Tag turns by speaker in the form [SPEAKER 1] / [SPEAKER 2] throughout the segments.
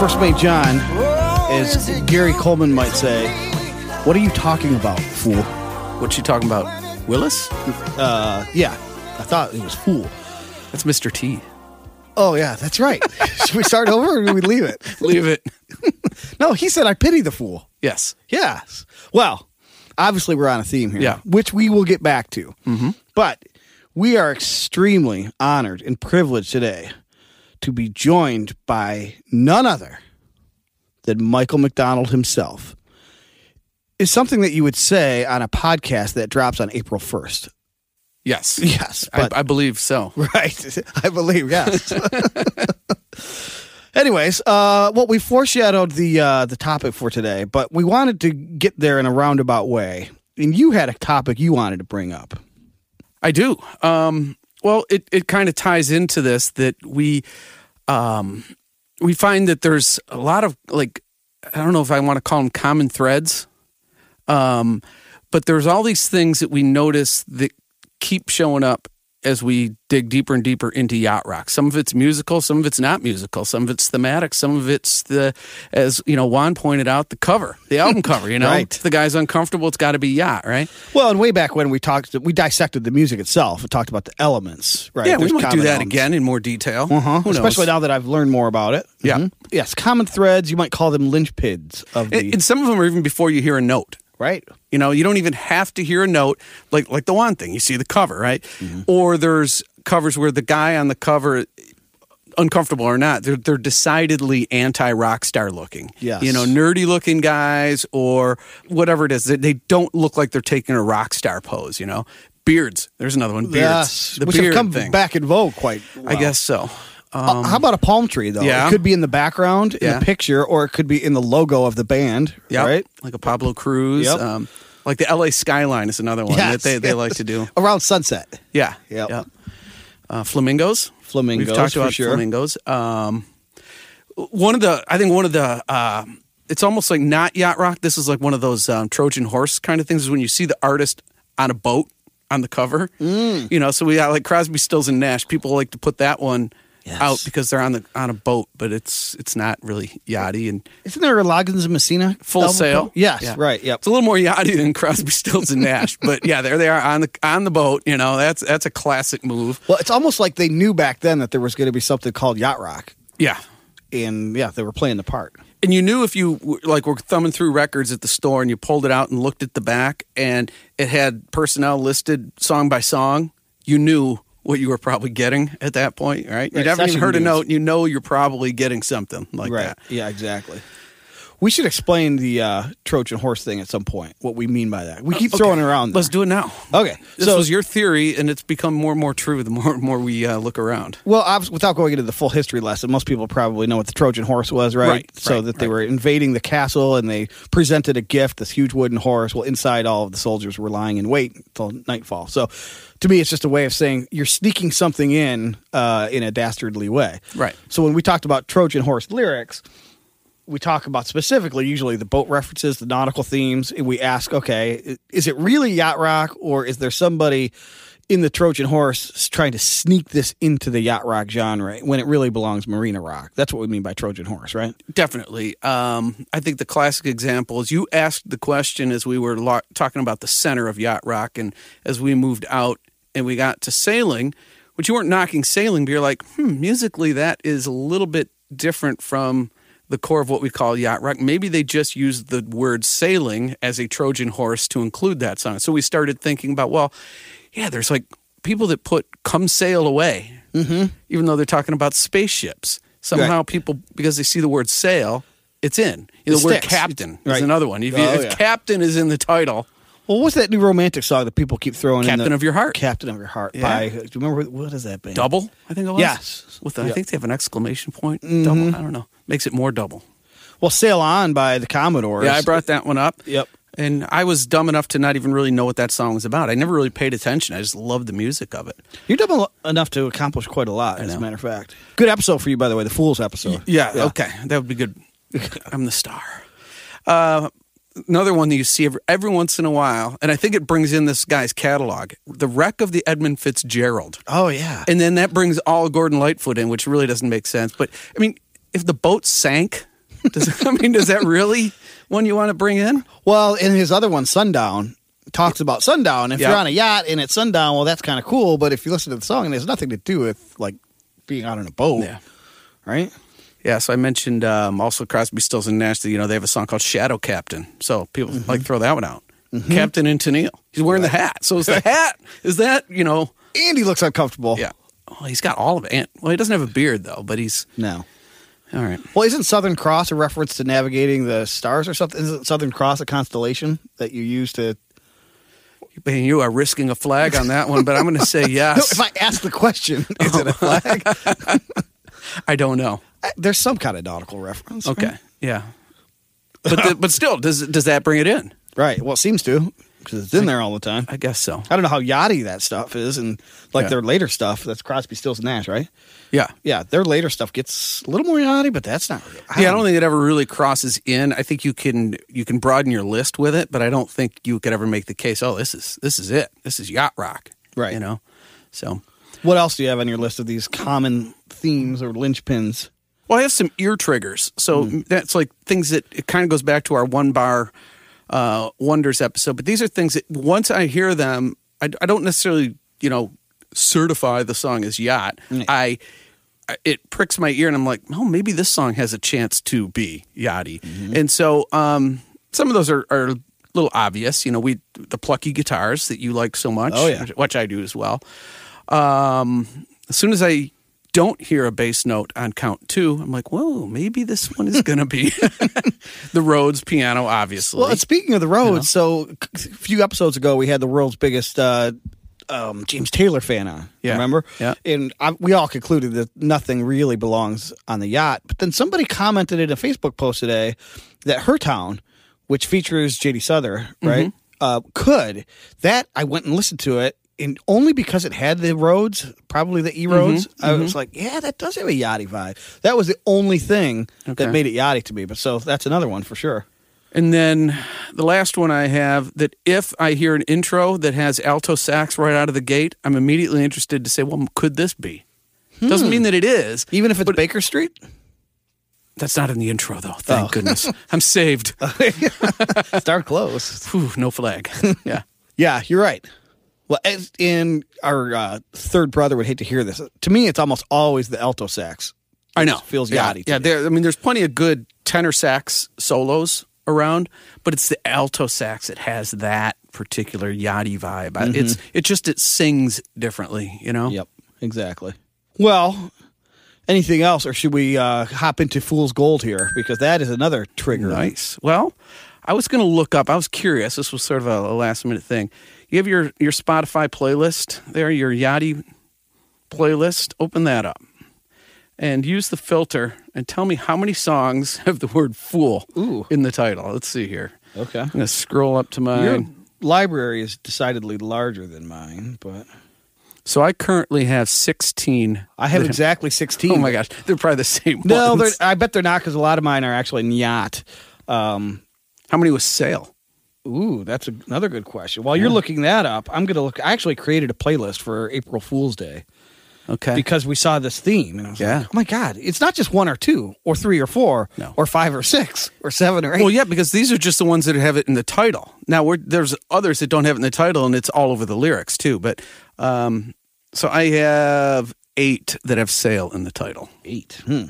[SPEAKER 1] First mate John, as Gary Coleman might say, what are you talking about, fool?
[SPEAKER 2] What you talking about? Willis?
[SPEAKER 1] Uh, yeah, I thought it was fool.
[SPEAKER 2] That's Mr. T.
[SPEAKER 1] Oh yeah, that's right. Should we start over or do we leave it?
[SPEAKER 2] Leave it.
[SPEAKER 1] No, he said I pity the fool.
[SPEAKER 2] Yes.
[SPEAKER 1] Yeah. Well, obviously we're on a theme here.
[SPEAKER 2] Yeah.
[SPEAKER 1] Which we will get back to. Mm-hmm. But we are extremely honored and privileged today to be joined by none other than Michael McDonald himself. Is something that you would say on a podcast that drops on April 1st.
[SPEAKER 2] Yes.
[SPEAKER 1] Yes. But
[SPEAKER 2] I, I believe so.
[SPEAKER 1] Right. I believe, yes. Anyways, uh, well, we foreshadowed the uh, the topic for today, but we wanted to get there in a roundabout way. And you had a topic you wanted to bring up.
[SPEAKER 2] I do. Um, well, it, it kind of ties into this that we um, we find that there's a lot of like I don't know if I want to call them common threads, um, but there's all these things that we notice that keep showing up as we dig deeper and deeper into yacht rock. Some of it's musical, some of it's not musical, some of it's thematic, some of it's the as you know Juan pointed out the cover, the album cover. You know,
[SPEAKER 1] Right.
[SPEAKER 2] If the guy's uncomfortable. It's got to be yacht, right?
[SPEAKER 1] Well, and way back when we talked, we dissected the music itself. We talked about the elements, right?
[SPEAKER 2] Yeah,
[SPEAKER 1] There's
[SPEAKER 2] we might do
[SPEAKER 1] common
[SPEAKER 2] that
[SPEAKER 1] elements.
[SPEAKER 2] again in more detail.
[SPEAKER 1] Uh-huh.
[SPEAKER 2] Who knows?
[SPEAKER 1] Especially now that I've learned more about it.
[SPEAKER 2] Yeah.
[SPEAKER 1] Mhm. Yes, common threads. You might call them linchpins of the
[SPEAKER 2] And, and some of them are even before you hear a note.
[SPEAKER 1] right.
[SPEAKER 2] You know, you don't even have to hear a note like like the one thing. You see the cover, right?
[SPEAKER 1] Mm-hmm.
[SPEAKER 2] Or there's covers where the guy on the cover uncomfortable or not, they're they're decidedly anti rock star looking.
[SPEAKER 1] Yes.
[SPEAKER 2] You know, nerdy looking guys or whatever it is. They, they don't look like they're taking a rock star pose, you know. Beards. There's another one. Beards.
[SPEAKER 1] Yes,
[SPEAKER 2] The
[SPEAKER 1] Uh, which
[SPEAKER 2] beard
[SPEAKER 1] have come
[SPEAKER 2] thing.
[SPEAKER 1] back in vogue quite.
[SPEAKER 2] I
[SPEAKER 1] well.
[SPEAKER 2] guess so. Um,
[SPEAKER 1] Uh, How about a palm tree though?
[SPEAKER 2] yeah.
[SPEAKER 1] It could be in the background in
[SPEAKER 2] Yeah.
[SPEAKER 1] the picture, or it could be in the logo of the band.
[SPEAKER 2] yeah.
[SPEAKER 1] Right.
[SPEAKER 2] Like a Pablo Cruz.
[SPEAKER 1] Yep.
[SPEAKER 2] Um, like the LA skyline is another one
[SPEAKER 1] Yes,
[SPEAKER 2] that they, they
[SPEAKER 1] yes.
[SPEAKER 2] like to do.
[SPEAKER 1] around sunset.
[SPEAKER 2] Yeah.
[SPEAKER 1] Yep.
[SPEAKER 2] Uh, flamingos.
[SPEAKER 1] Flamingos,
[SPEAKER 2] We've talked
[SPEAKER 1] for
[SPEAKER 2] about
[SPEAKER 1] sure.
[SPEAKER 2] flamingos. Um, one of the, I think one of the, uh, it's almost like not yacht rock. This is like one of those um, Trojan horse kind of things. Is when you see the artist on a boat on the cover.
[SPEAKER 1] Mm.
[SPEAKER 2] You know, so we got like Crosby, Stills, and Nash. People like to put that one
[SPEAKER 1] Yes.
[SPEAKER 2] out because they're on the on a boat, but it's it's not really yachty and
[SPEAKER 1] Isn't there a Loggins and Messina
[SPEAKER 2] full
[SPEAKER 1] album?
[SPEAKER 2] sail.
[SPEAKER 1] Yes,
[SPEAKER 2] Yeah.
[SPEAKER 1] right. Yep.
[SPEAKER 2] It's a little more yachty than Crosby, Stills, and Nash, but yeah, there they are on the on the boat. You know, that's that's a classic move.
[SPEAKER 1] Well, it's almost like they knew back then that there was going to be something called yacht rock,
[SPEAKER 2] Yeah.
[SPEAKER 1] and yeah, they were playing the part.
[SPEAKER 2] And you knew if you w- like were thumbing through records at the store and you pulled it out and looked at the back and it had personnel listed song by song, you knew what you were probably getting at that point, right?
[SPEAKER 1] Right,
[SPEAKER 2] You'd haven't even
[SPEAKER 1] session
[SPEAKER 2] heard a
[SPEAKER 1] dues.
[SPEAKER 2] note, you know you're probably getting something like
[SPEAKER 1] right.
[SPEAKER 2] that.
[SPEAKER 1] Yeah. Exactly. We should explain the uh, Trojan horse thing at some point. What we mean by that. We keep throwing it around.
[SPEAKER 2] Uh, Let's
[SPEAKER 1] there.
[SPEAKER 2] do it now.
[SPEAKER 1] Okay.
[SPEAKER 2] This
[SPEAKER 1] Uh, so,
[SPEAKER 2] was your theory, and it's become more and more true the more and more we uh, look around.
[SPEAKER 1] well, obvi- without going into the full history lesson, most people probably know what the Trojan horse was, right?
[SPEAKER 2] Right,
[SPEAKER 1] so
[SPEAKER 2] right,
[SPEAKER 1] that they
[SPEAKER 2] right.
[SPEAKER 1] were invading the castle and they presented a gift, this huge wooden horse. Well, inside, all of the soldiers were lying in wait until nightfall. So, to me, it's just a way of saying you're sneaking something in uh, in a dastardly way.
[SPEAKER 2] Right.
[SPEAKER 1] So, when we talked about Trojan horse lyrics, we talk about specifically usually the boat references, the nautical themes, and we ask, okay, i- is it really yacht rock or is there somebody in the Trojan horse s- trying to sneak this into the yacht rock genre when it really belongs marina rock? That's what we mean by Trojan horse, right?
[SPEAKER 2] Definitely. Um, I think the classic example is you asked the question as we were lo- talking about the center of Yacht Rock, and as we moved out and we got to sailing, which you weren't knocking sailing, but you're like, hmm, musically, that is a little bit different from the core of what we call Yacht Rock. Maybe they just used the word sailing as a Trojan horse to include that song. So we started thinking about, well, yeah, there's like people that put come sail away, mm-hmm. even though they're talking about spaceships. Somehow
[SPEAKER 1] Right.
[SPEAKER 2] how people because they see the word sail, it's in. The
[SPEAKER 1] It
[SPEAKER 2] word
[SPEAKER 1] sticks.
[SPEAKER 2] captain
[SPEAKER 1] Right.
[SPEAKER 2] is another one. If, you,
[SPEAKER 1] Oh,
[SPEAKER 2] if
[SPEAKER 1] yeah.
[SPEAKER 2] captain is in the title,
[SPEAKER 1] Well, what's that new romantic song that people keep throwing in?
[SPEAKER 2] Captain
[SPEAKER 1] the-
[SPEAKER 2] of Your Heart.
[SPEAKER 1] Captain of Your Heart by, do you remember, what is that band?
[SPEAKER 2] double, I think it was.
[SPEAKER 1] Yes.
[SPEAKER 2] With the,
[SPEAKER 1] Yeah.
[SPEAKER 2] I think they have an exclamation point. Double. I don't know. Makes it more double.
[SPEAKER 1] Well, Sail On by the Commodores.
[SPEAKER 2] Yeah, I brought that one up.
[SPEAKER 1] Yep.
[SPEAKER 2] And I was dumb enough to not even really know what that song was about. I never really paid attention. I just loved the music of it.
[SPEAKER 1] You've done a- enough to accomplish quite a lot, as a
[SPEAKER 2] know.
[SPEAKER 1] matter of fact. Good episode for you, by the way, the Fools episode.
[SPEAKER 2] Okay. That would be good. I'm the star. Uh, another one that you see every, every once in a while, and I think it brings in this guy's catalog The Wreck of the Edmund Fitzgerald.
[SPEAKER 1] Oh, yeah.
[SPEAKER 2] And then that brings all Gordon Lightfoot in, which really doesn't make sense. But I mean, if the boat sank, Does, I mean, does that really one you want to bring in?
[SPEAKER 1] Well, in his other one, Sundown, talks about sundown. If
[SPEAKER 2] Yeah.
[SPEAKER 1] you're on a yacht and it's sundown, well, that's kind of cool. But if you listen to the song, it has nothing to do with like being out on a boat,
[SPEAKER 2] Yeah.
[SPEAKER 1] right?
[SPEAKER 2] Yeah, so I mentioned um, also Crosby, Stills, and Nash. that, You know, they have a song called Shadow Captain. So people
[SPEAKER 1] Mm-hmm.
[SPEAKER 2] like throw that one out. Captain and Tennille. He's wearing the hat. So is the hat, is that, you know,
[SPEAKER 1] And he looks uncomfortable.
[SPEAKER 2] yeah. Oh, he's got all of it. And- Well, he doesn't have a beard, though, but he's,
[SPEAKER 1] No.
[SPEAKER 2] all right.
[SPEAKER 1] Well, isn't Southern Cross a reference to navigating the stars or something? Isn't Southern Cross a constellation that you use to?
[SPEAKER 2] Man, you are risking a flag on that one, but I'm going to say
[SPEAKER 1] No,
[SPEAKER 2] yes.
[SPEAKER 1] if I ask the question, is it a flag?
[SPEAKER 2] I don't know.
[SPEAKER 1] I- There's some kind of nautical reference. right?
[SPEAKER 2] Okay. Yeah. But the, but still, does does that bring it in?
[SPEAKER 1] Right. Well, it seems to because it's in there all the time.
[SPEAKER 2] I guess so.
[SPEAKER 1] I don't know how yachty that stuff is, and like
[SPEAKER 2] Yeah.
[SPEAKER 1] their later stuff. That's Crosby, Stills, and Nash, right?
[SPEAKER 2] Yeah.
[SPEAKER 1] Yeah, their later stuff gets a little more yachty, but that's not.
[SPEAKER 2] yeah, I don't think it ever really crosses in. I think you can you can broaden your list with it, but I don't think you could ever make the case. Oh, this is this is it. This is yacht rock,
[SPEAKER 1] Right.
[SPEAKER 2] You know, so
[SPEAKER 1] What else do you have on your list of these common themes or linchpins?
[SPEAKER 2] Well, I have some ear triggers. So
[SPEAKER 1] Hmm.
[SPEAKER 2] that's like things that it kind of goes back to our one bar uh, wonders episode. But these are things that once I hear them, I, I don't necessarily, you know, certify the song as yacht. I I- it pricks my ear and I'm like, oh, maybe this song has a chance to be yachty.
[SPEAKER 1] Mm-hmm.
[SPEAKER 2] And so um, some of those are, are a little obvious. You know, we the plucky guitars that you like so much,
[SPEAKER 1] Oh, yeah.
[SPEAKER 2] which- which I do as well Um, as soon as I don't hear a bass note on count two, I'm like, whoa, maybe this one is going to be the Rhodes piano, obviously.
[SPEAKER 1] Well, and speaking of the roads, so c- a few episodes ago we had the world's biggest uh, um, James Taylor fan on.
[SPEAKER 2] Yeah.
[SPEAKER 1] Remember?
[SPEAKER 2] Yeah.
[SPEAKER 1] And I, we all concluded that nothing really belongs on the yacht. But then somebody commented in a Facebook post today that her town, which features JD Souther,
[SPEAKER 2] Mm-hmm.
[SPEAKER 1] right, uh, could that I went and listened to it. And only because it had the roads, probably the E roads,
[SPEAKER 2] Mm-hmm.
[SPEAKER 1] I was like, yeah, that does have a yachty vibe. That was the only thing
[SPEAKER 2] Okay.
[SPEAKER 1] that made it yachty to me. But so that's another one for sure.
[SPEAKER 2] and then the last one I have that if I hear an intro that has alto sax right out of the gate, I'm immediately interested to say, well, could this be?
[SPEAKER 1] Hmm.
[SPEAKER 2] Doesn't mean that it is.
[SPEAKER 1] Even if it's Baker Street?
[SPEAKER 2] That's not in the intro, though. Thank
[SPEAKER 1] Oh.
[SPEAKER 2] goodness. I'm saved.
[SPEAKER 1] Darn close.
[SPEAKER 2] Phew, no flag. Yeah.
[SPEAKER 1] Yeah, you're right. Well, as in our uh, third brother would hate to hear this. To me, it's almost always the alto sax.
[SPEAKER 2] I know.
[SPEAKER 1] feels
[SPEAKER 2] yeah,
[SPEAKER 1] yachty to
[SPEAKER 2] Yeah,
[SPEAKER 1] me.
[SPEAKER 2] there. I mean, there's plenty of good tenor sax solos around, but it's the alto sax that has that particular yachty vibe. I It's it just it sings differently, you know.
[SPEAKER 1] Mm-hmm. Yep, exactly. Well, anything else, or should we uh, hop into Fool's Gold here? Because that is another trigger.
[SPEAKER 2] Nice. Well, I was going to look up. I was curious. This was sort of a, a last minute thing. You have your your Spotify playlist there, your yachty playlist. Open that up and use the filter and tell me how many songs have the word "fool"
[SPEAKER 1] Ooh.
[SPEAKER 2] in the title. Let's see here.
[SPEAKER 1] Okay.
[SPEAKER 2] I'm gonna scroll up to
[SPEAKER 1] Your
[SPEAKER 2] mine.
[SPEAKER 1] library is decidedly larger than mine, but
[SPEAKER 2] So I currently have 16.
[SPEAKER 1] I have exactly 16.
[SPEAKER 2] Oh my gosh, they're probably the same.
[SPEAKER 1] No, they're,
[SPEAKER 2] ones.
[SPEAKER 1] I bet they're not because a lot of mine are actually yacht. Um,
[SPEAKER 2] how many was sale?
[SPEAKER 1] Ooh, that's a- another good question. While you're looking that up, I'm going to look. I actually created a playlist for April Fool's Day
[SPEAKER 2] Okay,
[SPEAKER 1] because we saw this theme. And I was
[SPEAKER 2] Yeah.
[SPEAKER 1] like, oh my God, it's not just one or two or three or four
[SPEAKER 2] No.
[SPEAKER 1] or five or six or seven or eight.
[SPEAKER 2] well, yeah, because these are just the ones that have it in the title. Now we're, there's others that don't have it in the title, and it's all over the lyrics too. But um, so I have eight that have sale in the title.
[SPEAKER 1] Eight. Hmm.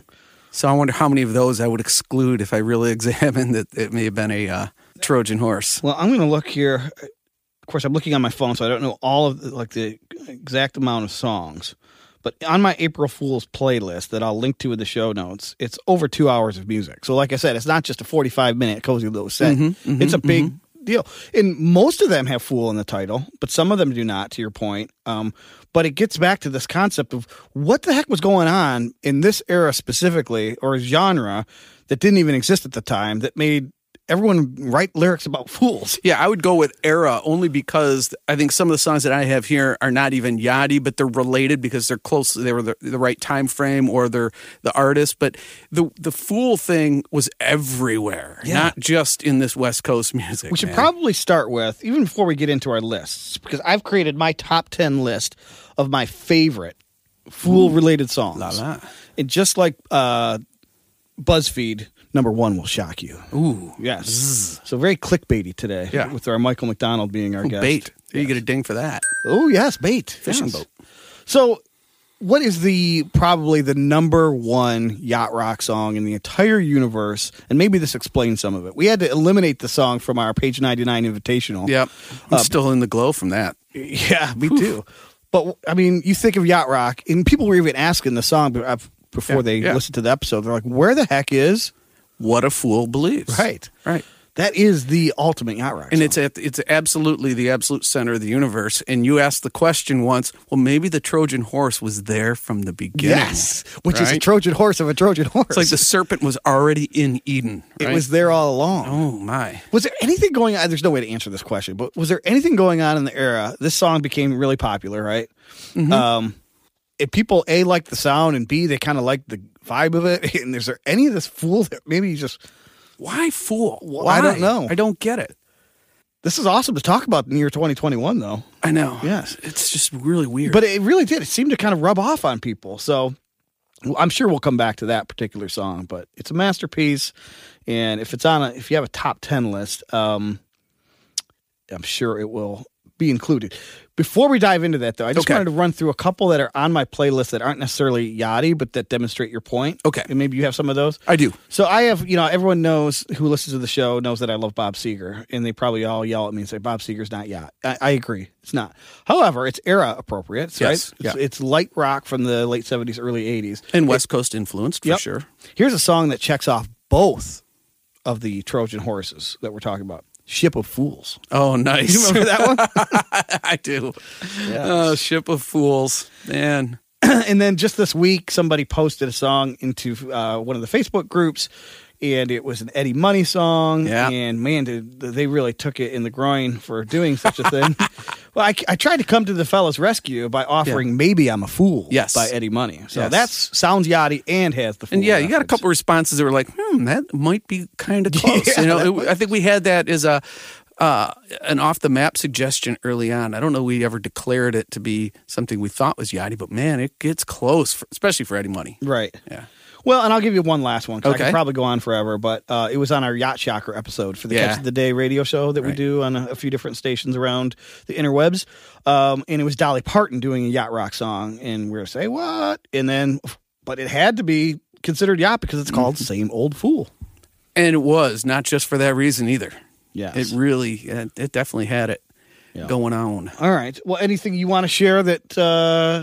[SPEAKER 2] So I wonder how many of those I would exclude if I really examined that it may have been a uh, Trojan horse.
[SPEAKER 1] Well, I'm going to look here. Of course, I'm looking on my phone, so I don't know all of the, like the exact amount of songs. But on my April Fool's playlist that I'll link to in the show notes, it's over two hours of music. So, like I said, it's not just a 45 minute cozy little set. it's a big deal, and most of them have "fool" in the title, but some of them do not. To your point, um, but it gets back to this concept of what the heck was going on in this era specifically, or genre that didn't even exist at the time that made everyone write lyrics about fools.
[SPEAKER 2] Yeah, I would go with era only because I think some of the songs that I have here are not even yachty, but they're related because they're close. They were the, the right time frame or they're the artist. But the the fool thing was everywhere, not just in this West Coast music.
[SPEAKER 1] We should
[SPEAKER 2] man.
[SPEAKER 1] probably start with, even before we get into our lists, because I've created my top 10 list of my favorite fool related songs.
[SPEAKER 2] la.
[SPEAKER 1] And just like uh, BuzzFeed Number one will shock you.
[SPEAKER 2] Ooh,
[SPEAKER 1] Yes. So very clickbaity today.
[SPEAKER 2] Yeah.
[SPEAKER 1] With our Michael McDonald being our guest.
[SPEAKER 2] bait. You get a ding for that.
[SPEAKER 1] Oh yes, bait.
[SPEAKER 2] Fishing
[SPEAKER 1] Yes.
[SPEAKER 2] boat.
[SPEAKER 1] So what is the probably the number one yacht rock song in the entire universe? And maybe this explains some of it. We had to eliminate the song from our page ninety nine invitational.
[SPEAKER 2] Yep. I'm
[SPEAKER 1] Um,
[SPEAKER 2] still in the glow from that.
[SPEAKER 1] Yeah, me too. But I mean, you think of yacht rock, and people were even asking the song be- uh, before
[SPEAKER 2] Yeah,
[SPEAKER 1] they
[SPEAKER 2] yeah.
[SPEAKER 1] listened to the episode. They're like, "Where the heck is
[SPEAKER 2] What a fool believes.
[SPEAKER 1] right?
[SPEAKER 2] Right.
[SPEAKER 1] That is the ultimate yacht rock."
[SPEAKER 2] And
[SPEAKER 1] song.
[SPEAKER 2] it's at, it's absolutely the absolute center of the universe. And you asked the question once, well, maybe the Trojan horse was there from the beginning.
[SPEAKER 1] yes, which is a
[SPEAKER 2] right?
[SPEAKER 1] Trojan horse of a Trojan horse.
[SPEAKER 2] It's like the serpent was already in Eden.
[SPEAKER 1] it
[SPEAKER 2] right?
[SPEAKER 1] was there all along.
[SPEAKER 2] Oh my!
[SPEAKER 1] Was there anything going on? There's no way to answer this question, but was there anything going on in the era? This song became really popular, right?
[SPEAKER 2] Mm-hmm.
[SPEAKER 1] Um, if people a liked the sound and b they kind of liked the vibe of it, and is there any of this fool that maybe just
[SPEAKER 2] Why fool?
[SPEAKER 1] Well, I
[SPEAKER 2] Why?
[SPEAKER 1] don't know.
[SPEAKER 2] I don't get it.
[SPEAKER 1] This is awesome to talk about in the year 2021, though.
[SPEAKER 2] I know.
[SPEAKER 1] Yes.
[SPEAKER 2] it's just really weird.
[SPEAKER 1] But it really did. It seemed to kind of rub off on people. So well, I'm sure we'll come back to that particular song, but it's a masterpiece. And if it's on a, if you have a top 10 list, um, I'm sure it will be included. Before we dive into that, though, I just
[SPEAKER 2] Okay.
[SPEAKER 1] wanted to run through a couple that are on my playlist that aren't necessarily yachty, but that demonstrate your point.
[SPEAKER 2] Okay.
[SPEAKER 1] And maybe you have some of those.
[SPEAKER 2] I do.
[SPEAKER 1] So I have, you know, everyone knows who listens to the show knows that I love Bob Seger, and they probably all yell at me and say Bob Seger's not yacht. I, I agree, it's not. However, it's era appropriate, right?
[SPEAKER 2] Yes,
[SPEAKER 1] It's,
[SPEAKER 2] yeah.
[SPEAKER 1] it's light rock from the late seventies, early eighties.
[SPEAKER 2] And West Coast influenced for
[SPEAKER 1] Yep.
[SPEAKER 2] sure.
[SPEAKER 1] Here's a song that checks off both of the Trojan horses that we're talking about: "Ship of Fools."
[SPEAKER 2] Oh, nice.
[SPEAKER 1] You remember that one? Uh,
[SPEAKER 2] I do.
[SPEAKER 1] Yes.
[SPEAKER 2] Oh, ship of fools, man.
[SPEAKER 1] and then just this week, somebody posted a song into uh, one of the Facebook groups, and it was an Eddie Money song.
[SPEAKER 2] Yeah.
[SPEAKER 1] And man, did they really took it in the groin for doing such a thing. well, I, I tried to come to the fella's rescue by offering Maybe I'm a Fool
[SPEAKER 2] Yes.
[SPEAKER 1] by Eddie Money. So
[SPEAKER 2] Yes.
[SPEAKER 1] that's sounds yachty and has the fool.
[SPEAKER 2] And yeah, you got a
[SPEAKER 1] reference.
[SPEAKER 2] couple responses that were like, "Hmm, that might be kind of close."
[SPEAKER 1] Yeah, that
[SPEAKER 2] you know, it, I think we had that as a uh, an off the map suggestion early on. I don't know we ever declared it to be something we thought was yachty, but man, it gets close, for, especially for Eddie Money.
[SPEAKER 1] Right.
[SPEAKER 2] Yeah.
[SPEAKER 1] Well, and I'll give you one last one 'cause I
[SPEAKER 2] Okay.
[SPEAKER 1] could probably go on forever, but uh, it was on our Yacht Shocker episode for the
[SPEAKER 2] Yeah.
[SPEAKER 1] Catch of the Day radio show that we
[SPEAKER 2] Right.
[SPEAKER 1] do on a, a few different stations around the interwebs. Um, and it was Dolly Parton doing a Yacht Rock song, and we were saying, what? And then, but it had to be considered Yacht because it's called
[SPEAKER 2] Mm-hmm.
[SPEAKER 1] Same Old Fool.
[SPEAKER 2] And it was not just for that reason either.
[SPEAKER 1] Yes.
[SPEAKER 2] It really, it, it definitely had it
[SPEAKER 1] Yeah.
[SPEAKER 2] going on.
[SPEAKER 1] All right. Well, anything you want to share that uh,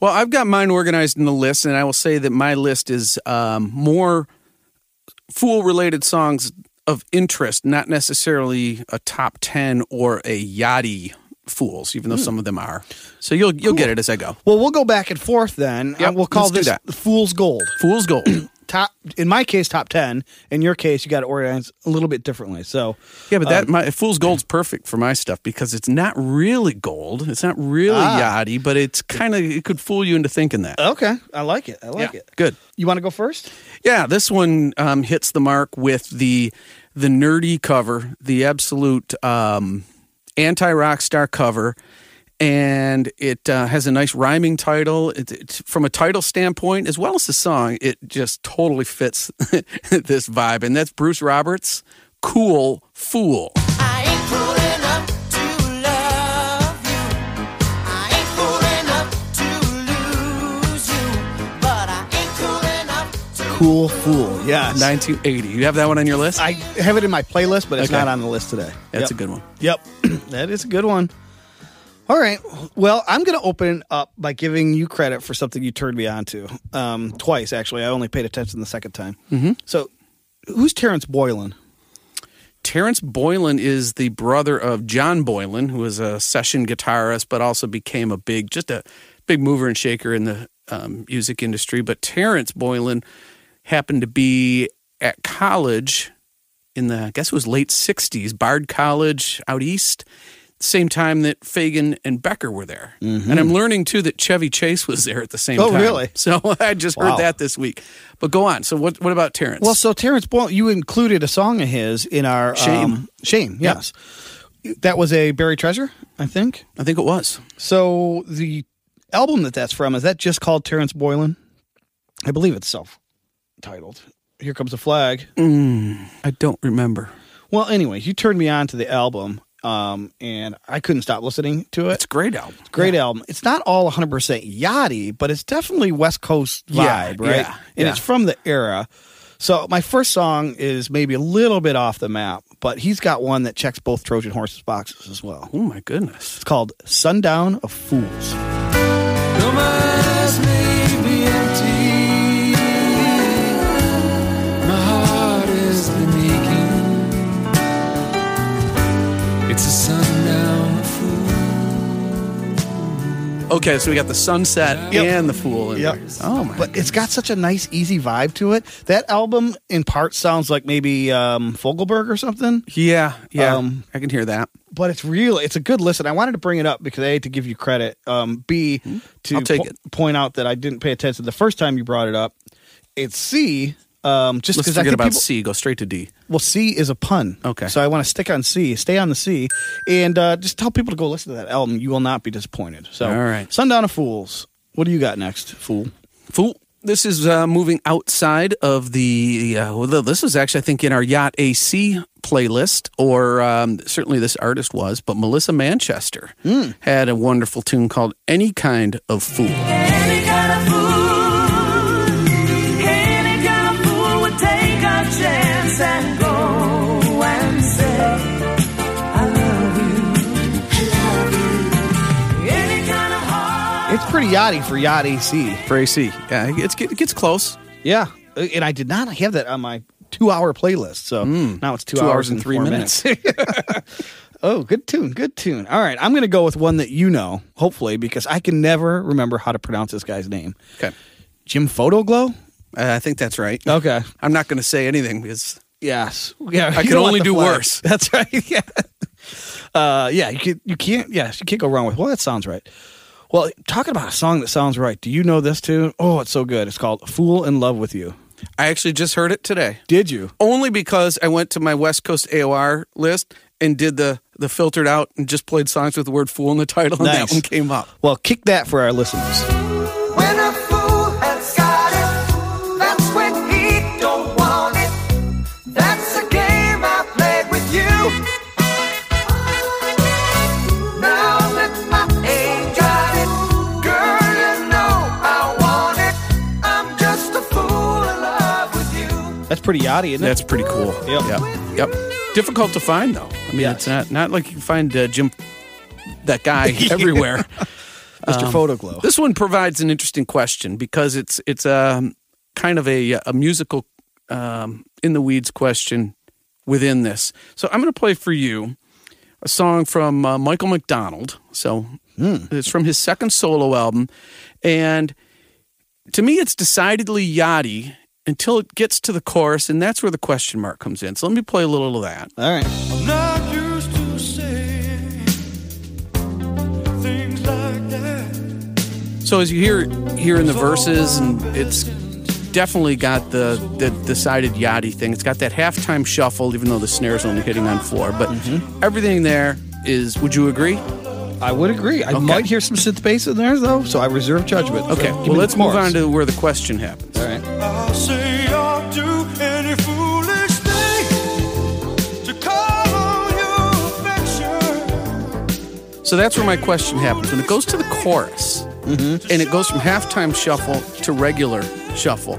[SPEAKER 2] Well, I've got mine organized in the list, and I will say that my list is um, more fool related songs of interest, not necessarily a top 10 or a yachty fools,
[SPEAKER 1] Hmm.
[SPEAKER 2] even though some of them are. So you'll you'll get it as I go.
[SPEAKER 1] well, we'll go back and forth then.
[SPEAKER 2] Yep,
[SPEAKER 1] Uh, we'll call
[SPEAKER 2] let's do
[SPEAKER 1] this
[SPEAKER 2] that.
[SPEAKER 1] the Fool's Gold.
[SPEAKER 2] Fool's Gold.
[SPEAKER 1] Top in my case, top ten. In your case, you got to organize a little bit differently. So,
[SPEAKER 2] yeah, but
[SPEAKER 1] Uh,
[SPEAKER 2] that my Fool's Gold's perfect for my stuff because it's not really gold. It's not really
[SPEAKER 1] Ah.
[SPEAKER 2] yachty, but it's kind of it could fool you into thinking that.
[SPEAKER 1] Okay, I like it. I
[SPEAKER 2] Yeah,
[SPEAKER 1] like it.
[SPEAKER 2] Good.
[SPEAKER 1] You want to go first?
[SPEAKER 2] Yeah, this one um, hits the mark with the the nerdy cover, the absolute um, anti rock star cover, and it uh, has a nice rhyming title. It, it's from a title standpoint as well as the song, it just totally fits this vibe, and that's Bruce Roberts, "Cool Fool."
[SPEAKER 3] I ain't cool enough to love you. I ain't cool enough to lose you. But I ain't cool enough to
[SPEAKER 1] Cool Fool. Yes.
[SPEAKER 2] 1980. You have that one on your list?
[SPEAKER 1] I have it in my playlist, but it's
[SPEAKER 2] Okay.
[SPEAKER 1] not on the list today.
[SPEAKER 2] That's
[SPEAKER 1] Yep.
[SPEAKER 2] a good one.
[SPEAKER 1] Yep. that is a good one. All right. Well, I'm going to open up by giving you credit for something you turned me on to um, twice, actually. I only paid attention the second time. Mm-hmm. So, who's Terrence Boylan?
[SPEAKER 2] Terrence Boylan is the brother of John Boylan, who was a session guitarist, but also became a big, just a big mover and shaker in the um, music industry. But Terrence Boylan happened to be at college in the, I guess it was late 60s, Bard College out east, same time that Fagan and Becker were there. And I'm learning too that Chevy Chase was there at the same
[SPEAKER 1] Mm-hmm. Oh,
[SPEAKER 2] time.
[SPEAKER 1] really?
[SPEAKER 2] So I just
[SPEAKER 1] Wow.
[SPEAKER 2] heard that this week. But go on. So what, what about Terrence?
[SPEAKER 1] Well, so Terrence Boyle, you included a song of his in our
[SPEAKER 2] Shame.
[SPEAKER 1] um, Shame, yes. That was a buried treasure, I think.
[SPEAKER 2] I think it was.
[SPEAKER 1] So the album that that's from is that just called Terrence Boylan? I believe it's self-titled. Here comes a flag.
[SPEAKER 2] I don't remember.
[SPEAKER 1] Well, anyway, you turned me on to the album, um, and I couldn't stop listening to it.
[SPEAKER 2] It's a great album.
[SPEAKER 1] Great album. It's not all 100% yachty, but it's definitely West Coast vibe,
[SPEAKER 2] Yeah,
[SPEAKER 1] right?
[SPEAKER 2] yeah,
[SPEAKER 1] and
[SPEAKER 2] yeah.
[SPEAKER 1] it's from the era. So my first song is maybe a little bit off the map, but he's got one that checks both Trojan horses boxes as well.
[SPEAKER 2] Oh my goodness.
[SPEAKER 1] It's called Sundown of Fools.
[SPEAKER 3] Though my eyes may be empty, my heart is the making. It's a sundown of fools.
[SPEAKER 2] Okay, so we got the sunset
[SPEAKER 1] Yep.
[SPEAKER 2] and the fool. In
[SPEAKER 1] Yep.
[SPEAKER 2] there. Oh my.
[SPEAKER 1] But it's got such a nice, easy vibe to it. That album, in part, sounds like maybe um, Fogelberg or something.
[SPEAKER 2] yeah, yeah.
[SPEAKER 1] Um,
[SPEAKER 2] I can hear that.
[SPEAKER 1] but it's real. It's a good listen. I wanted to bring it up because a to give you credit, um, b to
[SPEAKER 2] Hmm? I'll take it.
[SPEAKER 1] point out that I didn't pay attention the first time you brought it up. It's c um, just
[SPEAKER 2] Let's
[SPEAKER 1] because I
[SPEAKER 2] forget
[SPEAKER 1] think
[SPEAKER 2] about
[SPEAKER 1] people,
[SPEAKER 2] C. Go straight to D.
[SPEAKER 1] well c is a pun.
[SPEAKER 2] Okay.
[SPEAKER 1] so I want to stick on c, stay on the c, and uh, just tell people to go listen to that album. You will not be disappointed. So
[SPEAKER 2] All right.
[SPEAKER 1] Sundown of Fools. What do you got next, fool?
[SPEAKER 2] Fool. This is uh, moving outside of the. Uh, well, this is actually, I think, in our Yacht AC playlist, or um, certainly this artist was, but Melissa Manchester had a wonderful tune called Any Kind of Fool.
[SPEAKER 4] Any kind of fool, any kind of fool would take a chance and go and say, I love you, I love you. Any kind of heart.
[SPEAKER 1] It's pretty yachty for yacht AC.
[SPEAKER 2] For AC. Yeah, it's, it gets close.
[SPEAKER 1] Yeah, Uh, and I did not have that on my two-hour playlist. So now it's two,
[SPEAKER 2] Hmm. Two hours and three
[SPEAKER 1] four
[SPEAKER 2] minutes.
[SPEAKER 1] Oh, good tune, good tune. All right, I'm going to go with one that you know, hopefully, because I can never remember how to pronounce this guy's name.
[SPEAKER 2] okay.
[SPEAKER 1] Jim Photoglow?
[SPEAKER 2] Uh, I think that's right.
[SPEAKER 1] Okay.
[SPEAKER 2] I'm not going to say anything because
[SPEAKER 1] Yes. Yeah. you
[SPEAKER 2] could
[SPEAKER 1] don't want
[SPEAKER 2] only
[SPEAKER 1] the
[SPEAKER 2] do
[SPEAKER 1] flag.
[SPEAKER 2] worse.
[SPEAKER 1] That's right. Yeah. Uh, yeah. You can, you can't. Yes. You can't go wrong with. Well, that sounds right. Well, talking about a song that sounds right. Do you know this tune? Oh, it's so good. It's called "Fool in Love with You."
[SPEAKER 2] I actually just heard it today.
[SPEAKER 1] Did you?
[SPEAKER 2] Only because I went to my West Coast AOR list and did the the filtered out and just played songs with the word fool in the title, and
[SPEAKER 1] Nice.
[SPEAKER 2] that one came up.
[SPEAKER 1] Well, kick that for our listeners.
[SPEAKER 4] When a fool has got it, that's when he don't want it. That's the game I played with you. Now that I ain't got it, girl, you know I want it. I'm just a fool in love with you.
[SPEAKER 1] That's pretty yachty, isn't it?
[SPEAKER 2] That's pretty cool.
[SPEAKER 1] Yep.
[SPEAKER 2] Yep. Yep. Difficult to find though. I mean,
[SPEAKER 1] Yes.
[SPEAKER 2] it's not not like you can find uh, Jim that guy everywhere.
[SPEAKER 1] Mr. Photoglow.
[SPEAKER 2] This one provides an interesting question because it's it's um, kind of a a musical um, in the weeds question within this. So I'm going to play for you a song from uh, Michael McDonald. So it's from his second solo album, and to me, it's decidedly yachty until it gets to the chorus, and that's where the question mark comes in. So let me play a little of that.
[SPEAKER 1] All right.
[SPEAKER 3] Not used to saying things like that.
[SPEAKER 2] So as you hear here in the verses, and it's definitely got the the decided yachty thing. It's got that halftime shuffle, even though the snare's only hitting on floor. But
[SPEAKER 1] Mm-hmm.
[SPEAKER 2] everything there is. Would you agree?
[SPEAKER 1] I would agree. I might hear some synth bass in there though, so I reserve judgment.
[SPEAKER 2] Okay.
[SPEAKER 1] Give me
[SPEAKER 2] well,
[SPEAKER 1] the
[SPEAKER 2] let's move
[SPEAKER 1] chorus.
[SPEAKER 2] on to where the question happens.
[SPEAKER 1] All right.
[SPEAKER 3] I'll say I'll do any foolish thing to call on your affection.
[SPEAKER 2] So that's where my question happens when it goes to the chorus,
[SPEAKER 1] Mm-hmm.
[SPEAKER 2] and it goes from halftime shuffle to regular shuffle.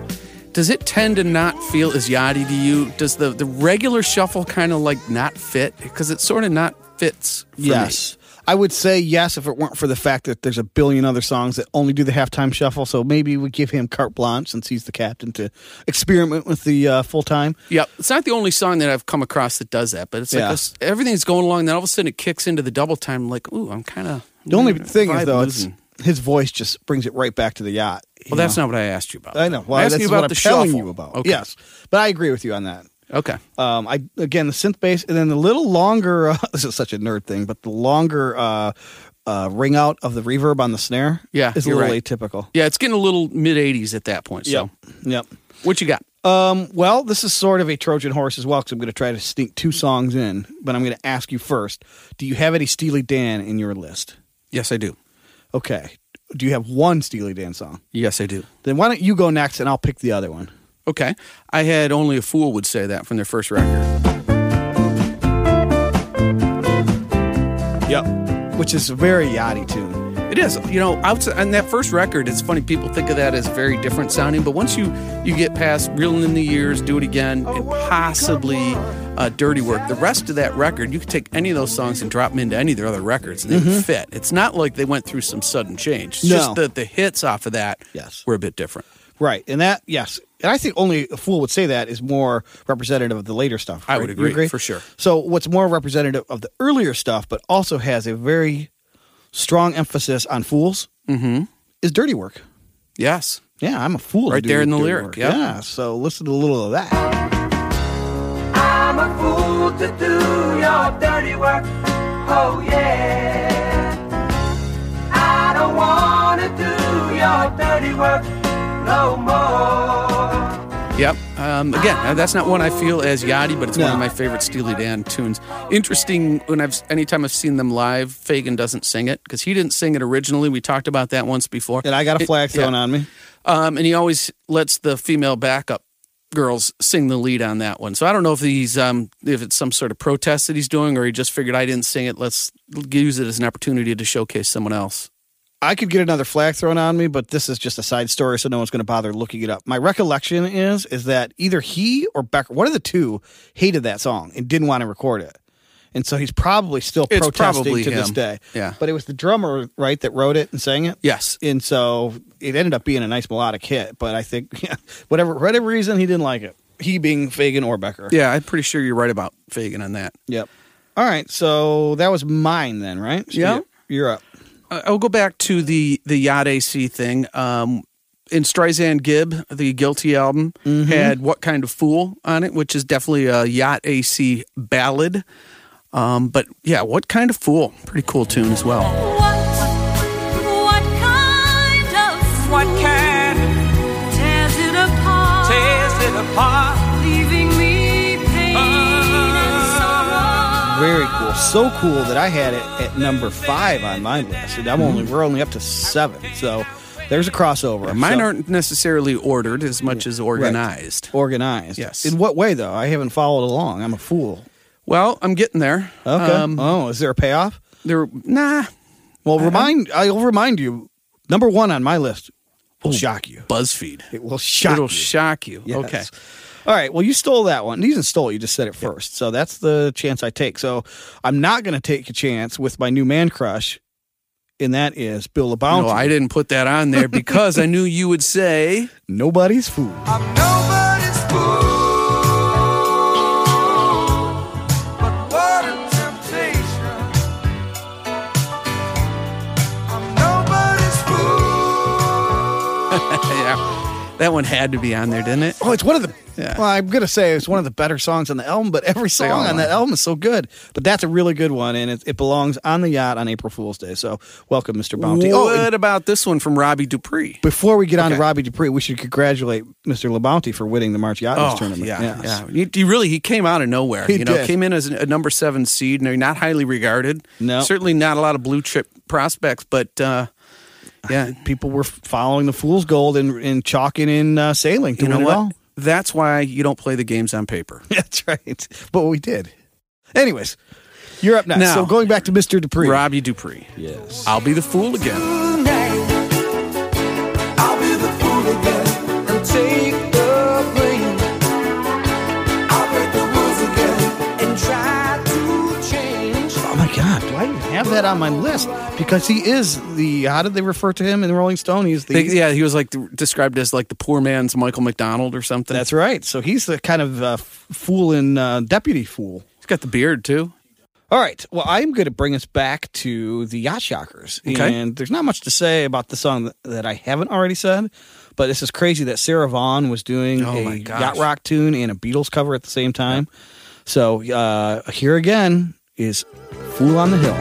[SPEAKER 2] Does it tend to not feel as yachty to you? Does the, the regular shuffle kind of like not fit? Because it sort of not fits. For me.
[SPEAKER 1] Yes. I would say yes if it weren't for the fact that there's a billion other songs that only do the halftime shuffle. So maybe we give him carte blanche since he's the captain to experiment with the uh, full time.
[SPEAKER 2] Yep, it's not the only song that I've come across that does that, but it's like
[SPEAKER 1] Yeah.
[SPEAKER 2] this, everything's going along, then all of a sudden it kicks into the double time. Like, ooh, I'm mm, kind of
[SPEAKER 1] The only thing is though, it's, his voice just brings it right back to the yacht. you
[SPEAKER 2] Well, that's
[SPEAKER 1] know?
[SPEAKER 2] not what I asked you about.
[SPEAKER 1] I know. Well,
[SPEAKER 2] I
[SPEAKER 1] that's
[SPEAKER 2] asked you
[SPEAKER 1] what
[SPEAKER 2] about
[SPEAKER 1] I'm
[SPEAKER 2] the
[SPEAKER 1] telling
[SPEAKER 2] shuffle.
[SPEAKER 1] you about.
[SPEAKER 2] Okay.
[SPEAKER 1] Yes, but I agree with you on that.
[SPEAKER 2] Okay.
[SPEAKER 1] Um, I again the synth bass, and then the little longer. Uh, this is such a nerd thing, but the longer uh, uh, ring out of the reverb on the snare,
[SPEAKER 2] Yeah,
[SPEAKER 1] is a
[SPEAKER 2] you're
[SPEAKER 1] little
[SPEAKER 2] right.
[SPEAKER 1] atypical.
[SPEAKER 2] Yeah, it's getting a little mid 80s at that point. So,
[SPEAKER 1] yep.
[SPEAKER 2] what you got?
[SPEAKER 1] Um, well, this is sort of a Trojan horse as well, because I'm going to try to sneak two songs in, but I'm going to ask you first: Do you have any Steely Dan in your list?
[SPEAKER 2] Yes, I do.
[SPEAKER 1] Okay. Do you have one Steely Dan song?
[SPEAKER 2] Yes, I do.
[SPEAKER 1] Then why don't you go next, and I'll pick the other one.
[SPEAKER 2] Okay. I had Only a Fool Would Say That from their first record.
[SPEAKER 1] Yep. Which is a very yachty tune.
[SPEAKER 2] It is, you know, outside, on that first record, it's funny, people think of that as very different sounding, but once you, you get past Reeling in the Years, Do It Again,
[SPEAKER 1] Oh,
[SPEAKER 2] and possibly uh, Dirty Work, the rest of that record, you could take any of those songs and drop them into any of their other records and they would fit. It's not like they went through some sudden change. It's just
[SPEAKER 1] Mm-hmm. No.
[SPEAKER 2] that the hits off of that
[SPEAKER 1] Yes.
[SPEAKER 2] were a bit different.
[SPEAKER 1] Right. And that, yes. And I think only a fool would say that is more representative of the later stuff.
[SPEAKER 2] I
[SPEAKER 1] right?
[SPEAKER 2] would
[SPEAKER 1] You
[SPEAKER 2] agree, for sure.
[SPEAKER 1] So, what's more representative of the earlier stuff, but also has a very strong emphasis on fools, mm-hmm. is dirty work.
[SPEAKER 2] Yes.
[SPEAKER 1] Yeah, I'm a fool. to
[SPEAKER 2] Right
[SPEAKER 1] do
[SPEAKER 2] there in the
[SPEAKER 1] dirty
[SPEAKER 2] lyric,
[SPEAKER 1] work.
[SPEAKER 2] yep.
[SPEAKER 1] Yeah. So, listen to a little of that.
[SPEAKER 4] I'm a fool to do your dirty work. Oh yeah. I don't wanna do your dirty work no more.
[SPEAKER 2] Yep. Um, again, uh, that's not one I feel as yachty, but it's one
[SPEAKER 1] No.
[SPEAKER 2] of my favorite Steely Dan tunes. Interesting when I've anytime I've seen them live, Fagan doesn't sing it because he didn't sing it originally. We talked about that once before.
[SPEAKER 1] And I got a
[SPEAKER 2] It-
[SPEAKER 1] flag thrown
[SPEAKER 2] yeah.
[SPEAKER 1] on me.
[SPEAKER 2] Um, and he always lets the female backup girls sing the lead on that one. So I don't know if he's um, if it's some sort of protest that he's doing, or he just figured I didn't sing it. Let's use it as an opportunity to showcase someone else.
[SPEAKER 1] I could get another flag thrown on me, but this is just a side story, so no one's going to bother looking it up. My recollection is is that either he or Becker, one of the two, hated that song and didn't want to record it, and so he's probably still
[SPEAKER 2] It's
[SPEAKER 1] protesting
[SPEAKER 2] probably
[SPEAKER 1] to this
[SPEAKER 2] him.
[SPEAKER 1] day.
[SPEAKER 2] Yeah.
[SPEAKER 1] but it was the drummer right that wrote it and sang it.
[SPEAKER 2] Yes.
[SPEAKER 1] and so it ended up being a nice melodic hit. But I think yeah, whatever whatever reason he didn't like it, he being Fagan or Becker.
[SPEAKER 2] Yeah, I'm pretty sure you're right about Fagan on that.
[SPEAKER 1] Yep. All right, so that was mine then, right? So
[SPEAKER 2] Yeah.
[SPEAKER 1] you- You're up.
[SPEAKER 2] Uh, I'll go back to the the Yacht AC thing. Um, in Streisand Gibb, the Guilty album
[SPEAKER 1] Mm-hmm.
[SPEAKER 2] had "What Kind of Fool" on it, which is definitely a Yacht AC ballad. Um, but yeah, "What Kind of Fool" pretty cool tune as well.
[SPEAKER 5] What, what kind of
[SPEAKER 4] What can
[SPEAKER 5] tears it apart?
[SPEAKER 4] tears it apart?
[SPEAKER 5] leaving me pain and sorrow.
[SPEAKER 1] Very cool. So cool that I had it at number five on my list. And I'm only
[SPEAKER 2] Mm-hmm.
[SPEAKER 1] we're only up to seven. So there's a crossover.
[SPEAKER 2] Mine
[SPEAKER 1] So-
[SPEAKER 2] aren't necessarily ordered as much as
[SPEAKER 1] Right.
[SPEAKER 2] organized.
[SPEAKER 1] Organized.
[SPEAKER 2] Yes.
[SPEAKER 1] In what way though? I haven't followed along. I'm a fool.
[SPEAKER 2] Well, I'm getting there.
[SPEAKER 1] Okay.
[SPEAKER 2] Um,
[SPEAKER 1] oh, is there a payoff?
[SPEAKER 2] there, nah.
[SPEAKER 1] Well, remind I'll remind you. Number one on my list will shock you.
[SPEAKER 2] Buzzfeed.
[SPEAKER 1] It will shock
[SPEAKER 2] It'll
[SPEAKER 1] you.
[SPEAKER 2] shock you.
[SPEAKER 1] Yes.
[SPEAKER 2] Okay.
[SPEAKER 1] All right. Well, you stole that one. You didn't stole. it, You just said it first. So that's the chance I take. So I'm not going to take a chance with my new man crush, and that is Bill LaBounty.
[SPEAKER 2] No, I didn't put that on there because I knew you would say.
[SPEAKER 1] Nobody's fool.
[SPEAKER 4] I'm nobody's fool. But what a temptation. I'm nobody's fool.
[SPEAKER 2] yeah. That one had to be on there, didn't it?
[SPEAKER 1] Oh, it's one of the.
[SPEAKER 2] Yeah.
[SPEAKER 1] Well, I'm gonna say it's one of the better songs on the album, but every song
[SPEAKER 2] all
[SPEAKER 1] on
[SPEAKER 2] are.
[SPEAKER 1] that album is so good. But that's a really good one, and it, it belongs on the yacht on April Fool's Day. So welcome, Mr. Bounty. Oh,
[SPEAKER 2] What
[SPEAKER 1] and
[SPEAKER 2] about this one from Robbie Dupree?
[SPEAKER 1] before we get on to
[SPEAKER 2] Okay.
[SPEAKER 1] Robbie Dupree, we should congratulate Mr. LaBounty for winning the March Yachters tournament.
[SPEAKER 2] Oh, yeah,
[SPEAKER 1] Yes.
[SPEAKER 2] yeah. He, he really he came out of nowhere.
[SPEAKER 1] He
[SPEAKER 2] you know,
[SPEAKER 1] did.
[SPEAKER 2] came in as a number seven seed, and they're not highly regarded.
[SPEAKER 1] No.
[SPEAKER 2] certainly not a lot of blue chip prospects, but uh, yeah,
[SPEAKER 1] People were following the Fool's Gold and, and chalking in uh, sailing. To
[SPEAKER 2] you know
[SPEAKER 1] win it
[SPEAKER 2] what?
[SPEAKER 1] all.
[SPEAKER 2] That's why you don't play the games on paper.
[SPEAKER 1] That's right. But we did. Anyways, you're up next.
[SPEAKER 2] Now-
[SPEAKER 1] so going back to Mr. Dupree.
[SPEAKER 2] Robbie Dupree. Yes, I'll be the fool again.
[SPEAKER 4] I'll be the fool again and take the blame. I'll break the rules again and try to change.
[SPEAKER 1] Oh my God! Do I even have that on my list? Because he is the how did they refer to him in Rolling Stone? He's the
[SPEAKER 2] They- yeah, he was like th- described as like the poor man's Michael McDonald or something.
[SPEAKER 1] that's right. So he's the kind of uh, fool and uh, deputy fool.
[SPEAKER 2] He's got the beard too.
[SPEAKER 1] All right. Well, I'm going to bring us back to the Yacht Shockers.
[SPEAKER 2] Okay.
[SPEAKER 1] And there's not much to say about the song that, that I haven't already said, but this is crazy that Sarah Vaughan was doing
[SPEAKER 2] Oh,
[SPEAKER 1] a
[SPEAKER 2] my gosh.
[SPEAKER 1] Yacht Rock tune and a Beatles cover at the same time. So uh, here again is Fool on the Hill.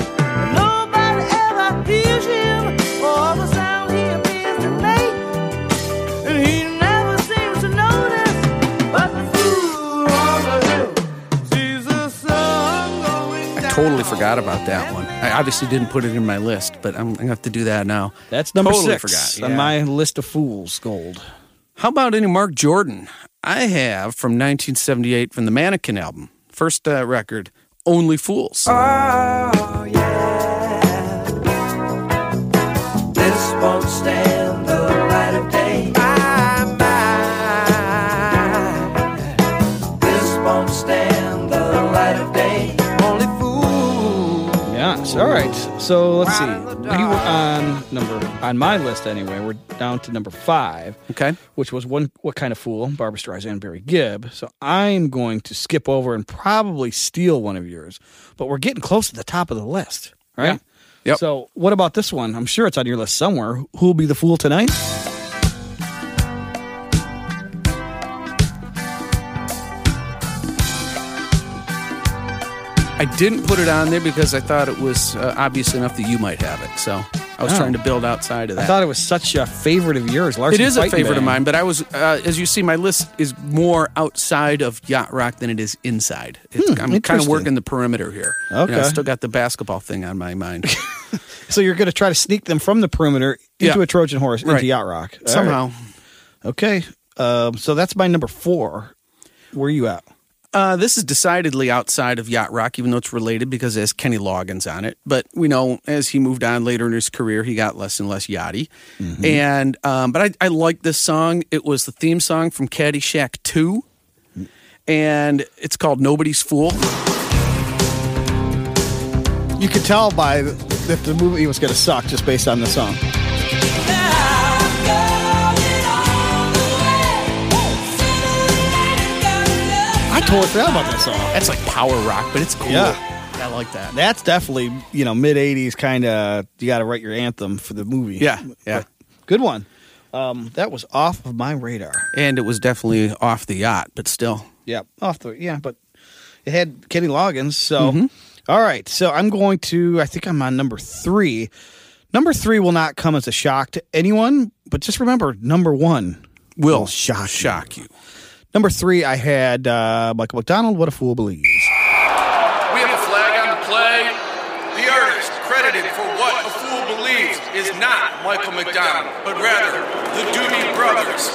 [SPEAKER 4] Nobody ever hears him or the sound he appears to make. And he never seems to notice. But the fool on the hill sees the sun going
[SPEAKER 2] I
[SPEAKER 4] down.
[SPEAKER 2] totally forgot about that one. I obviously didn't put it in my list, but I'm, I'm gonna have to do that now.
[SPEAKER 1] That's number
[SPEAKER 2] Totally
[SPEAKER 1] six
[SPEAKER 2] forgot,
[SPEAKER 1] on
[SPEAKER 2] yeah.
[SPEAKER 1] my list of fools gold.
[SPEAKER 2] How about any Mark Jordan? I have from 1978 from the Mannequin album, first uh, record, Only Fools.
[SPEAKER 1] Uh,
[SPEAKER 4] Oh, yeah. This won't stand the light of day. My, my. This won't stand the light of day. Only fools.
[SPEAKER 1] Yes. All right. So let's see. We were on number on my list anyway. We're down to number five.
[SPEAKER 2] Okay.
[SPEAKER 1] Which was one. What kind of fool? Barbara Streisand, Barry Gibb. So I'm going to skip over and probably steal one of yours. But we're getting close to the top of the list, right?
[SPEAKER 2] Yeah. Yep.
[SPEAKER 1] So what about this one? I'm sure it's on your list somewhere. Who'll be the fool tonight?
[SPEAKER 2] I didn't put it on there because I thought it was uh, obvious enough that you might have it. So I was
[SPEAKER 1] Oh.
[SPEAKER 2] trying to build outside of that.
[SPEAKER 1] I thought it was such a favorite of yours. Larson
[SPEAKER 2] it is a
[SPEAKER 1] Fighting
[SPEAKER 2] favorite of
[SPEAKER 1] Band.
[SPEAKER 2] mine, but I was, uh, as you see, my list is more outside of yacht rock than it is inside. It's, I'm kind of
[SPEAKER 1] Hmm, interesting.
[SPEAKER 2] working the perimeter here. You know,
[SPEAKER 1] Okay.
[SPEAKER 2] I still got the basketball thing on my mind
[SPEAKER 1] So you're going to try to sneak them from the perimeter into
[SPEAKER 2] Yeah.
[SPEAKER 1] a Trojan horse into
[SPEAKER 2] Right.
[SPEAKER 1] Yacht Rock All right.
[SPEAKER 2] somehow.
[SPEAKER 1] Okay. Um, so that's my number four. Where you at?
[SPEAKER 2] Uh, this is decidedly outside of Yacht Rock, even though it's related because it has Kenny Loggins on it. But we know as he moved on later in his career, he got less and less yachty.
[SPEAKER 1] Mm-hmm.
[SPEAKER 2] And um, but I, I like this song. It was the theme song from Caddyshack Two, and it's called Nobody's Fool.
[SPEAKER 1] You could tell by that the movie was going to suck just based on the song. I totally forgot about that song.
[SPEAKER 2] That's like power rock, but it's cool.
[SPEAKER 1] Yeah.
[SPEAKER 2] I like that.
[SPEAKER 1] That's definitely you know mid '80s kind of. You got to write your anthem for the movie.
[SPEAKER 2] Yeah, yeah.
[SPEAKER 1] But good one. Um, that was off of my radar.
[SPEAKER 2] And it was definitely off the yacht, but still.
[SPEAKER 1] Yeah, off the yeah, but it had Kenny Loggins. So all right, so I'm going to. I think I'm on number three. Number three will not come as a shock to anyone, but just remember number one.
[SPEAKER 2] Will
[SPEAKER 1] shock you.
[SPEAKER 2] shock you.
[SPEAKER 1] Number three, I had uh, Michael McDonald. What a fool believes.
[SPEAKER 6] We have a flag on the play. The artist credited for what a fool believes is not Michael McDonald, but rather the Doobie Brothers.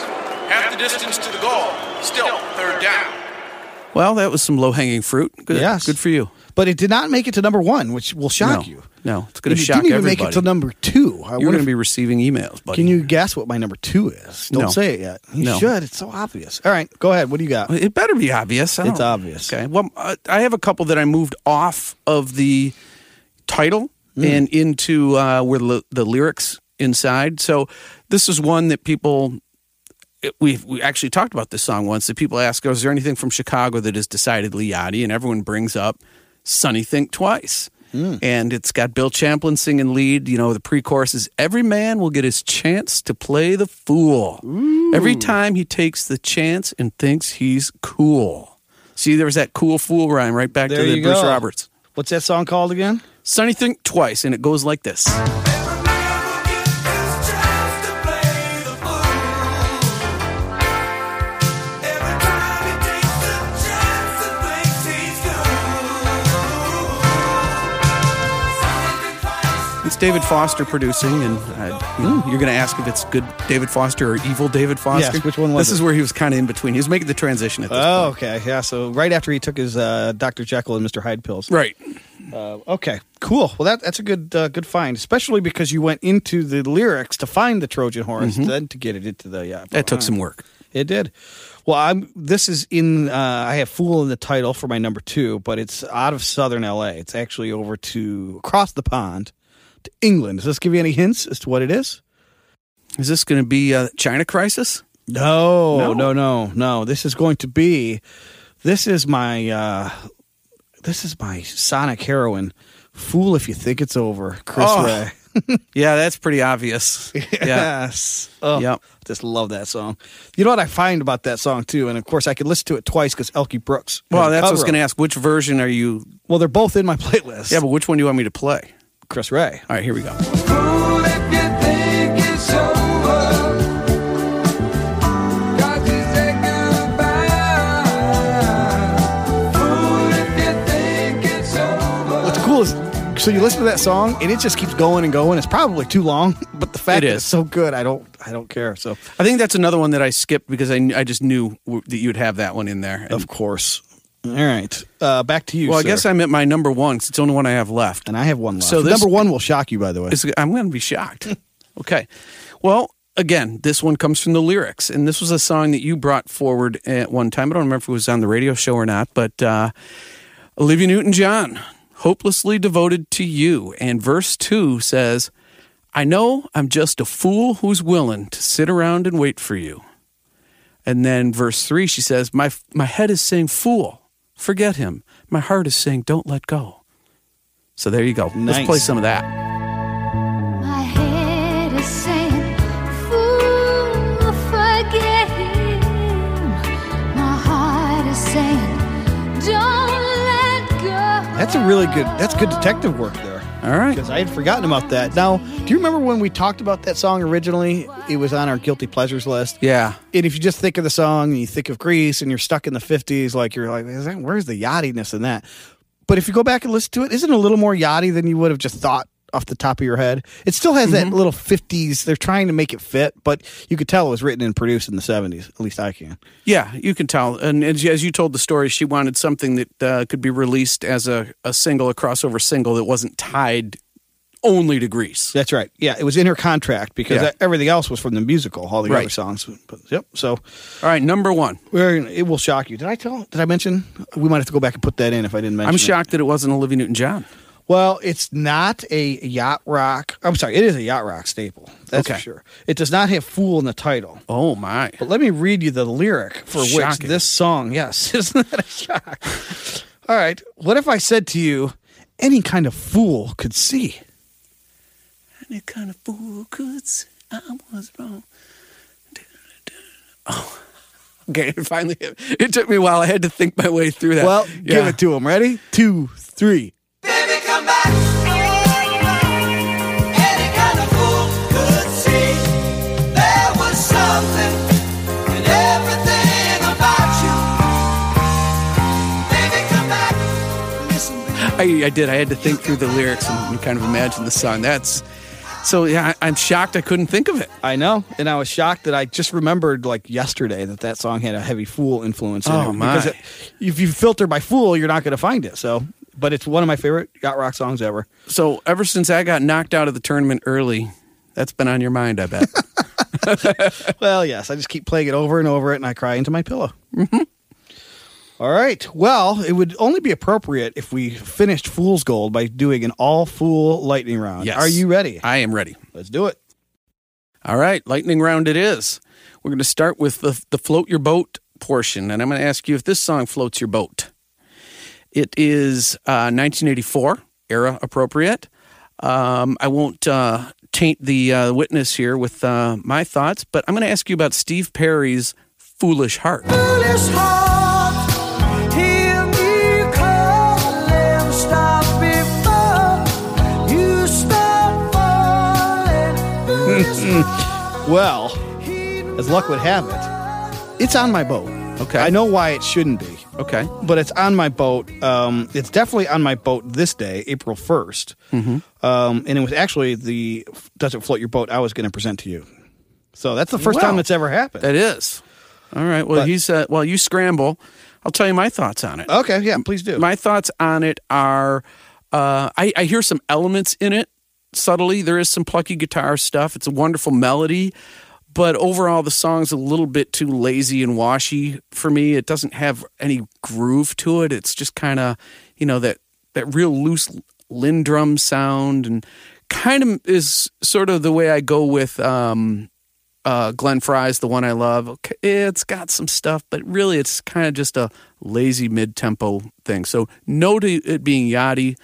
[SPEAKER 6] Half the distance to the goal, still third down.
[SPEAKER 2] Well, that was some low hanging fruit. Good,
[SPEAKER 1] Yes.
[SPEAKER 2] good for you.
[SPEAKER 1] But it did not make it to number one, which will shock
[SPEAKER 2] No.
[SPEAKER 1] you.
[SPEAKER 2] No, it's gonna
[SPEAKER 1] And it
[SPEAKER 2] shock
[SPEAKER 1] Didn't even make
[SPEAKER 2] everybody.
[SPEAKER 1] it to number two. I
[SPEAKER 2] You're
[SPEAKER 1] wonder
[SPEAKER 2] going
[SPEAKER 1] if-
[SPEAKER 2] to be receiving emails, buddy.
[SPEAKER 1] Can you guess what my number two is? Don't
[SPEAKER 2] No.
[SPEAKER 1] say it yet. You
[SPEAKER 2] No.
[SPEAKER 1] should. It's so obvious. All right, go ahead. What do you got?
[SPEAKER 2] It better be obvious. I
[SPEAKER 1] It's
[SPEAKER 2] don't-
[SPEAKER 1] obvious.
[SPEAKER 2] Okay. Well, uh, I have a couple that I moved off of the title
[SPEAKER 1] Hmm.
[SPEAKER 2] and into uh, where the, the lyrics inside. So this is one that people. it- We we actually talked about this song once. That people ask, "Oh, is there anything from Chicago that is decidedly yachty?" And everyone brings up "Sonny Think Twice,"
[SPEAKER 1] Hmm.
[SPEAKER 2] and it's got Bill Champlin singing lead. You know, the pre-chorus is "Every man will get his chance to play the fool." Every time he takes the chance and thinks he's cool. See, there was that cool fool rhyme right back
[SPEAKER 1] There
[SPEAKER 2] to the
[SPEAKER 1] you
[SPEAKER 2] Bruce
[SPEAKER 1] go.
[SPEAKER 2] Roberts.
[SPEAKER 1] What's that song called again?
[SPEAKER 2] Sonny think twice, and it goes like this.
[SPEAKER 4] Uh.
[SPEAKER 2] It's David Foster producing, and uh, you know, you're going to ask if it's good David Foster or evil David Foster.
[SPEAKER 1] Yes, which one was
[SPEAKER 2] This
[SPEAKER 1] it?
[SPEAKER 2] is where he was kind of in between. He was making the transition at this
[SPEAKER 1] Oh, okay. Yeah. So right after he took his uh, Dr. Jekyll and Mr. Hyde pills.
[SPEAKER 2] point. Right.
[SPEAKER 1] Okay. Cool. Well, that that's a good uh, good find, especially because you went into the lyrics to find the Trojan horse, then to get it into the uh, yeah.
[SPEAKER 2] Mm-hmm. That took some work.
[SPEAKER 1] It did. Well, I'm. This is in. Uh, I have "Fool" in the title for my number two, but it's out of Southern LA. It's actually over to across the pond to England. Does this give you any hints as to what it is?
[SPEAKER 2] Is this going to be a China crisis?
[SPEAKER 1] No, no, no, no. This is going to be. This is my. uh This is my Sonic heroine. Fool if you think it's over, Chris
[SPEAKER 2] Oh,
[SPEAKER 1] Ray.
[SPEAKER 2] Yeah, that's pretty obvious. Yeah.
[SPEAKER 1] Yes. Oh,
[SPEAKER 2] Yep.
[SPEAKER 1] Just love that song. You know what I find about that song too, and of course I could listen to it twice because Elkie Brooks. has
[SPEAKER 2] Well,
[SPEAKER 1] a
[SPEAKER 2] that's what I was
[SPEAKER 1] cover
[SPEAKER 2] going to
[SPEAKER 1] of it.
[SPEAKER 2] ask. Which version are you?
[SPEAKER 1] Well, they're both in my playlist.
[SPEAKER 2] Yeah, but which one do you want me to play?
[SPEAKER 1] Chris Ray.
[SPEAKER 2] All right, here we go.
[SPEAKER 1] What's cool is so you listen to that song and it just keeps going and going. It's probably too long, but the fact
[SPEAKER 2] It
[SPEAKER 1] that
[SPEAKER 2] is.
[SPEAKER 1] it's so good, I don't, I don't care. So
[SPEAKER 2] I think that's another one that I skipped because I, I just knew w- that you'd have that one in there. And-
[SPEAKER 1] of course. All right, uh, back to you.
[SPEAKER 2] well, I
[SPEAKER 1] sir.
[SPEAKER 2] guess I'm at my number one 'cause it's the only one I have left.
[SPEAKER 1] and I have one left.
[SPEAKER 2] So this-
[SPEAKER 1] number one will shock you, by the way.
[SPEAKER 2] It's- I'm going to be shocked. okay. Well, again, this one comes from the lyrics, and this was a song that you brought forward at one time. I don't remember if it was on the radio show or not, but uh, Olivia Newton John, hopelessly devoted to you. And verse two says, I know I'm just a fool who's willing to sit around and wait for you. And then verse three, she says, My, my head is saying, Fool, forget him. My heart is saying, Don't let go. So there you go. Let's
[SPEAKER 1] Nice.
[SPEAKER 2] play some of that.
[SPEAKER 7] My head is saying, Fool, forget him. My heart is saying, Don't let go.
[SPEAKER 1] That's a really good. That's good detective work there.
[SPEAKER 2] All right.
[SPEAKER 1] Because I had forgotten about that. Now, do you remember when we talked about that song originally? It was on our guilty pleasures list.
[SPEAKER 2] Yeah.
[SPEAKER 1] And if you just think of the song and you think of Greece and you're stuck in the 50s, like you're like, Is that, where's the yachtiness in that? But if you go back and listen to it, isn't it a little more yachty than you would have just thought off the top of your head? It still has that little 50s. They're trying to make it fit, but you could tell it was written and produced in the 70s. At least I can.
[SPEAKER 2] Yeah, you can tell. And as, as you told the story, she wanted something that uh, could be released as a, a single, a crossover single that wasn't tied only to Greece.
[SPEAKER 1] That's right. Yeah, it was in her contract because
[SPEAKER 2] Yeah.
[SPEAKER 1] everything else was from the musical, all the other
[SPEAKER 2] Right.
[SPEAKER 1] songs. But, yep. So
[SPEAKER 2] All right, number one.
[SPEAKER 1] We're, it will shock you. Did I tell? Did I mention? We might have to go back and put that in if I didn't mention.
[SPEAKER 2] I'm
[SPEAKER 1] it.
[SPEAKER 2] shocked that it wasn't Olivia Newton John.
[SPEAKER 1] Well, it's not a yacht rock. I'm sorry, it is a yacht rock staple. That's for
[SPEAKER 2] Okay.
[SPEAKER 1] sure. It does not have "fool" in the title.
[SPEAKER 2] Oh, my.
[SPEAKER 1] But let me read you the lyric for which
[SPEAKER 2] Shocking.
[SPEAKER 1] this song. Yes, isn't that a shock? All right. What if I said to you, any kind of fool could see?
[SPEAKER 2] Any kind of fool could say I was wrong. Oh, okay. Finally, it took me a while. I had to think my way through that.
[SPEAKER 1] Well, give
[SPEAKER 2] Yeah.
[SPEAKER 1] it to him. Ready? Two, three.
[SPEAKER 3] Baby, come back. Any kind of fool could see there was something in everything about you. Baby, come back. Listen, baby.
[SPEAKER 2] I, I did. I had to think through the lyrics and, kind of imagine the song. That's so. Yeah, I, I'm shocked. I couldn't think of it.
[SPEAKER 1] I know, and I was shocked that I just remembered like yesterday that that song had a heavy Fool influence. in
[SPEAKER 2] Oh,
[SPEAKER 1] it, Because
[SPEAKER 2] my.
[SPEAKER 1] it, if you filter by Fool, you're not going to find it. So, but it's one of my favorite yacht rock songs ever.
[SPEAKER 2] So ever since I got knocked out of the tournament early, that's been on your mind. I bet.
[SPEAKER 1] Well, yes, I just keep playing it over and over it, and I cry into my pillow. All right. Well, it would only be appropriate if we finished Fool's Gold by doing an all Fool lightning round.
[SPEAKER 2] Yes.
[SPEAKER 1] Are you ready?
[SPEAKER 2] I am ready.
[SPEAKER 1] Let's do it.
[SPEAKER 2] All right, lightning round it is. We're going to start with the, the float your boat portion, and I'm going to ask you if this song floats your boat. It is uh, 1984, era appropriate. Um, I won't uh, taint the uh, witness here with uh, my thoughts, but I'm going to ask you about Steve Perry's Foolish Heart.
[SPEAKER 4] foolish heart. Hear me call and stop before you start falling. Foolish
[SPEAKER 1] Well, as luck would have it, it's on my boat.
[SPEAKER 2] Okay.
[SPEAKER 1] I know why it shouldn't be.
[SPEAKER 2] Okay.
[SPEAKER 1] but it's on my boat. Um, it's definitely on my boat this day, April 1st. Um, and it was actually the Does It Float Your Boat I was going to present to you. So that's the first
[SPEAKER 2] Wow.
[SPEAKER 1] time that's ever happened.
[SPEAKER 2] That is. All right. Well,
[SPEAKER 1] But- Oh.
[SPEAKER 2] he's uh, well. You scramble. I'll tell you my thoughts on it.
[SPEAKER 1] okay, yeah, please do.
[SPEAKER 2] My thoughts on it are uh, I, I hear some elements in it subtly. There is some plucky guitar stuff. It's a wonderful melody, but overall, the song's a little bit too lazy and washy for me. It doesn't have any groove to it. It's just kind of, you know, that, that real loose Lindrum sound and kind of is sort of the way I go with. Um, uh, Glenn Fry's the one I love. Okay, it's got some stuff, but really it's kind of just a lazy mid-tempo thing. So no to it being yachty,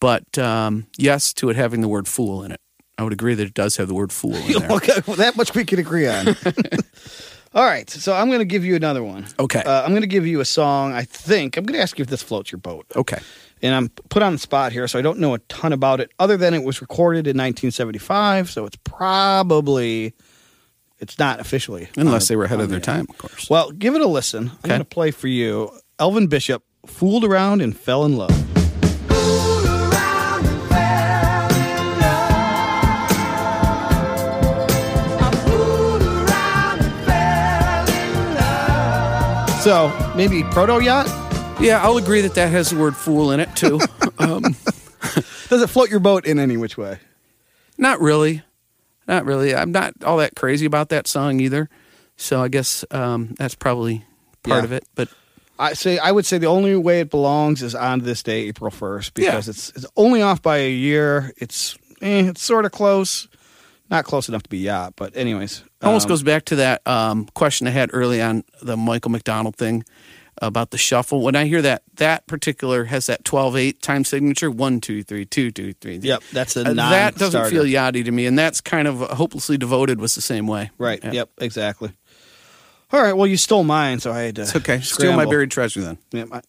[SPEAKER 2] but um, yes to it having the word fool in it. I would agree that it does have the word fool in there.
[SPEAKER 1] Okay, well, that much we can agree on. All right, so I'm going to give you another one.
[SPEAKER 2] Okay.
[SPEAKER 1] Uh, I'm going to give you a song. I think I'm going to ask you if this floats your boat.
[SPEAKER 2] Okay.
[SPEAKER 1] And I'm put on the spot here, so I don't know a ton about it, other than it was recorded in 1975. So it's probably, it's not officially.
[SPEAKER 2] Unless
[SPEAKER 1] on
[SPEAKER 2] they were ahead
[SPEAKER 1] on
[SPEAKER 2] of their
[SPEAKER 1] the-
[SPEAKER 2] time, of course.
[SPEAKER 1] Well, give it a listen. I'm going to play for you. Elvin Bishop fooled around and fell in love. So maybe proto yacht.
[SPEAKER 2] Yeah, I'll agree that that has the word fool in it too. um,
[SPEAKER 1] Does it float your boat in any which way?
[SPEAKER 2] not really. Not really. I'm not all that crazy about that song either. So I guess um, that's probably part
[SPEAKER 1] Yeah.
[SPEAKER 2] of it. But
[SPEAKER 1] I say I would say the only way it belongs is on this day, April first,
[SPEAKER 2] Yeah.
[SPEAKER 1] because it's it's only off by a year. It's eh, it's sort of close, not close enough to be yacht, but anyways,
[SPEAKER 2] almost
[SPEAKER 1] um,
[SPEAKER 2] goes back to that um, question I had early on the Michael McDonald thing about the shuffle. When I hear that, that particular has that 12 8 time signature one, two, three, two, two, three.
[SPEAKER 1] Yep, that's a
[SPEAKER 2] Uh, That doesn't
[SPEAKER 1] non-starter.
[SPEAKER 2] feel yachty to me. And that's kind of hopelessly devoted was the same way.
[SPEAKER 1] right.
[SPEAKER 2] Yeah.
[SPEAKER 1] Yep, exactly. All right. Well, you stole mine, so I had to.
[SPEAKER 2] It's okay. Steal my
[SPEAKER 1] scramble.
[SPEAKER 2] buried treasure then.
[SPEAKER 1] Yeah, my-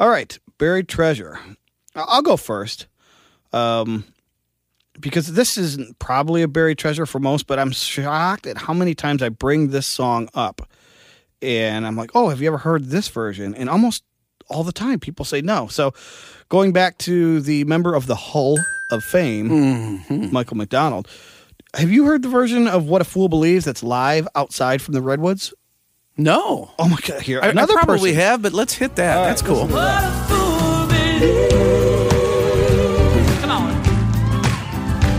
[SPEAKER 1] all right, buried treasure. I- I'll go first, um, because this isn't probably a buried treasure for most. But I'm shocked at how many times I bring this song up, and I'm like, "Oh, have you ever heard this version?" And almost all the time, people say no. So, going back to the member of the Hull of Fame,
[SPEAKER 2] Mm-hmm.
[SPEAKER 1] Michael McDonald. Have you heard the version of "What a Fool Believes" that's live outside from the Redwoods?
[SPEAKER 2] No.
[SPEAKER 1] Oh my God! Here,
[SPEAKER 2] I, I
[SPEAKER 1] another
[SPEAKER 2] probably
[SPEAKER 1] person.
[SPEAKER 2] have, but let's hit that. That's cool.
[SPEAKER 4] What a fool believes. Come on.